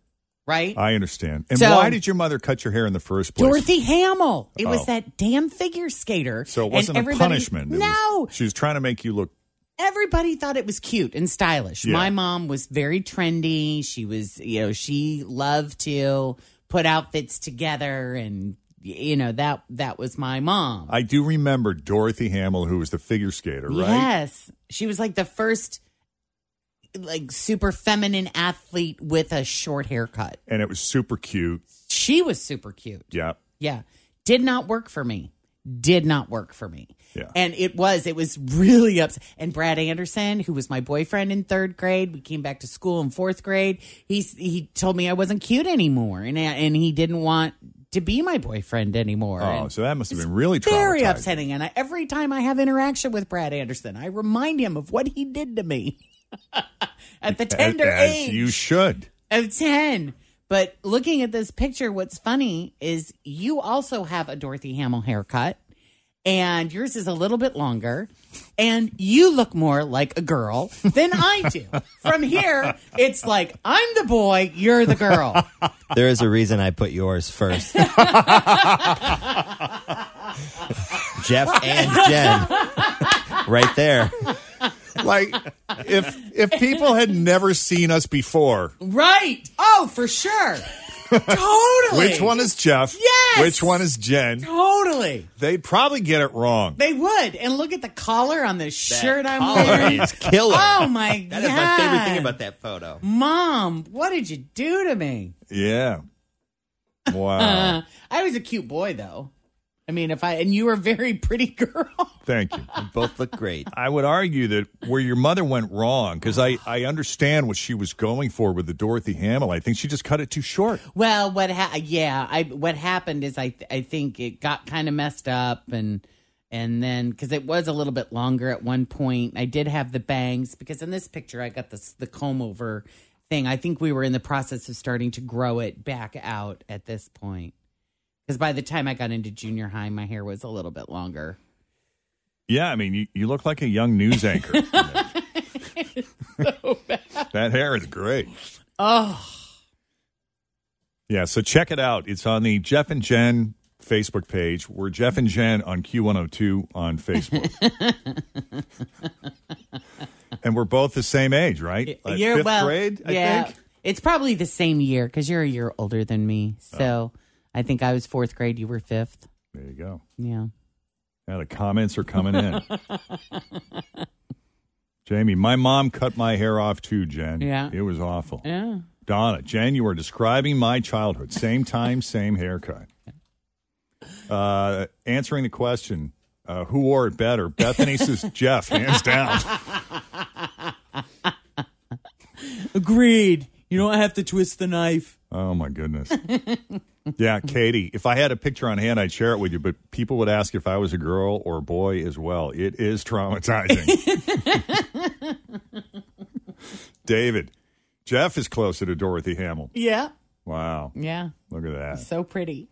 S4: right?
S2: I understand. And
S4: So-
S2: why did your mother cut your hair in the first place?
S4: Dorothy Hamill. It
S2: Oh.
S4: was that damn figure skater.
S2: So it
S4: and
S2: wasn't a
S4: everybody-
S2: punishment. It was-
S4: no,
S2: she was trying to make you look.
S4: everybody thought it was cute and stylish.
S2: Yeah.
S4: My mom was very trendy. She was, you know, she loved to put outfits together and you know, that that was my mom.
S2: I do remember Dorothy Hamill, who was the figure skater, right?
S4: Yes. She was like the first like super feminine athlete with a short haircut.
S2: And it was super cute.
S4: She was super cute.
S2: Yeah.
S4: Yeah. Did not work for me. Did not work for me.
S2: Yeah.
S4: And it was, it was really upset. And Brad Anderson, who was my boyfriend in third grade, we came back to school in fourth grade. He, he told me I wasn't cute anymore and, and he didn't want to be my boyfriend anymore.
S2: Oh,
S4: And
S2: so that must have been really
S4: very
S2: traumatizing.
S4: upsetting. And I, every time I have interaction with Brad Anderson, I remind him of what he did to me at the tender
S2: as, as
S4: age
S2: you should.
S4: of 10. But looking at this picture, what's funny is you also have a Dorothy Hamill haircut, and yours is a little bit longer, and you look more like a girl than I do. From here, it's like, I'm the boy, you're the girl.
S3: There is a reason I put yours first. Jeff and Jen. Right there.
S2: Like if if people had never seen us before,
S4: Right. Oh, for sure. totally.
S2: which one is Jeff?
S4: Yes!
S2: Which one is Jen?
S4: Totally.
S2: They'd probably get it wrong.
S4: They would. And look at the collar on this shirt I'm
S3: collar
S4: wearing.
S3: is killer.
S4: Oh, my God.
S3: That is my favorite thing about that photo.
S4: Mom, what did you do to me?
S2: Yeah. Wow.
S4: Uh, I was a cute boy, though. I mean, if I and you were a very pretty girl.
S2: Thank you.
S3: both look great.
S2: I would argue that where your mother went wrong, because I, I understand what she was going for with the Dorothy Hamill. I think she just cut it too short.
S4: Well, what? Ha- yeah, I what happened is I th- I think it got kind of messed up and and then because it was a little bit longer at one point. I did have the bangs because in this picture I got this the comb over thing. I think we were in the process of starting to grow it back out at this point because by the time I got into junior high, my hair was a little bit longer.
S2: Yeah, I mean, you, you look like a young news anchor. that hair is great.
S4: Oh,
S2: Yeah, so check it out. It's on the Jeff and Jen Facebook page. We're Jeff and Jen on Q102 on Facebook. and we're both the same age, right? Like
S4: you're
S2: fifth
S4: well,
S2: grade, I
S4: yeah,
S2: think.
S4: it's probably the same year because you're a year older than me. So I think I was fourth grade, you were fifth.
S2: There you go.
S4: Yeah.
S2: Yeah, the comments are coming in. Jamie, my mom cut my hair off too, Jen.
S4: Yeah.
S2: It was awful.
S4: Yeah.
S2: Donna, Jen, you are describing my childhood. Same time, same haircut. Uh, answering the question, uh, who wore it better? Bethany says Jeff, hands down.
S4: Agreed. You don't have to twist the knife.
S2: Oh my goodness. Yeah, Katie, if I had a picture on hand, I'd share it with you, but people would ask if I was a girl or a boy as well. It is traumatizing. David, Jeff is closer to Dorothy Hamill.
S4: Yeah.
S2: Wow.
S4: Yeah.
S2: Look at that.
S4: So pretty.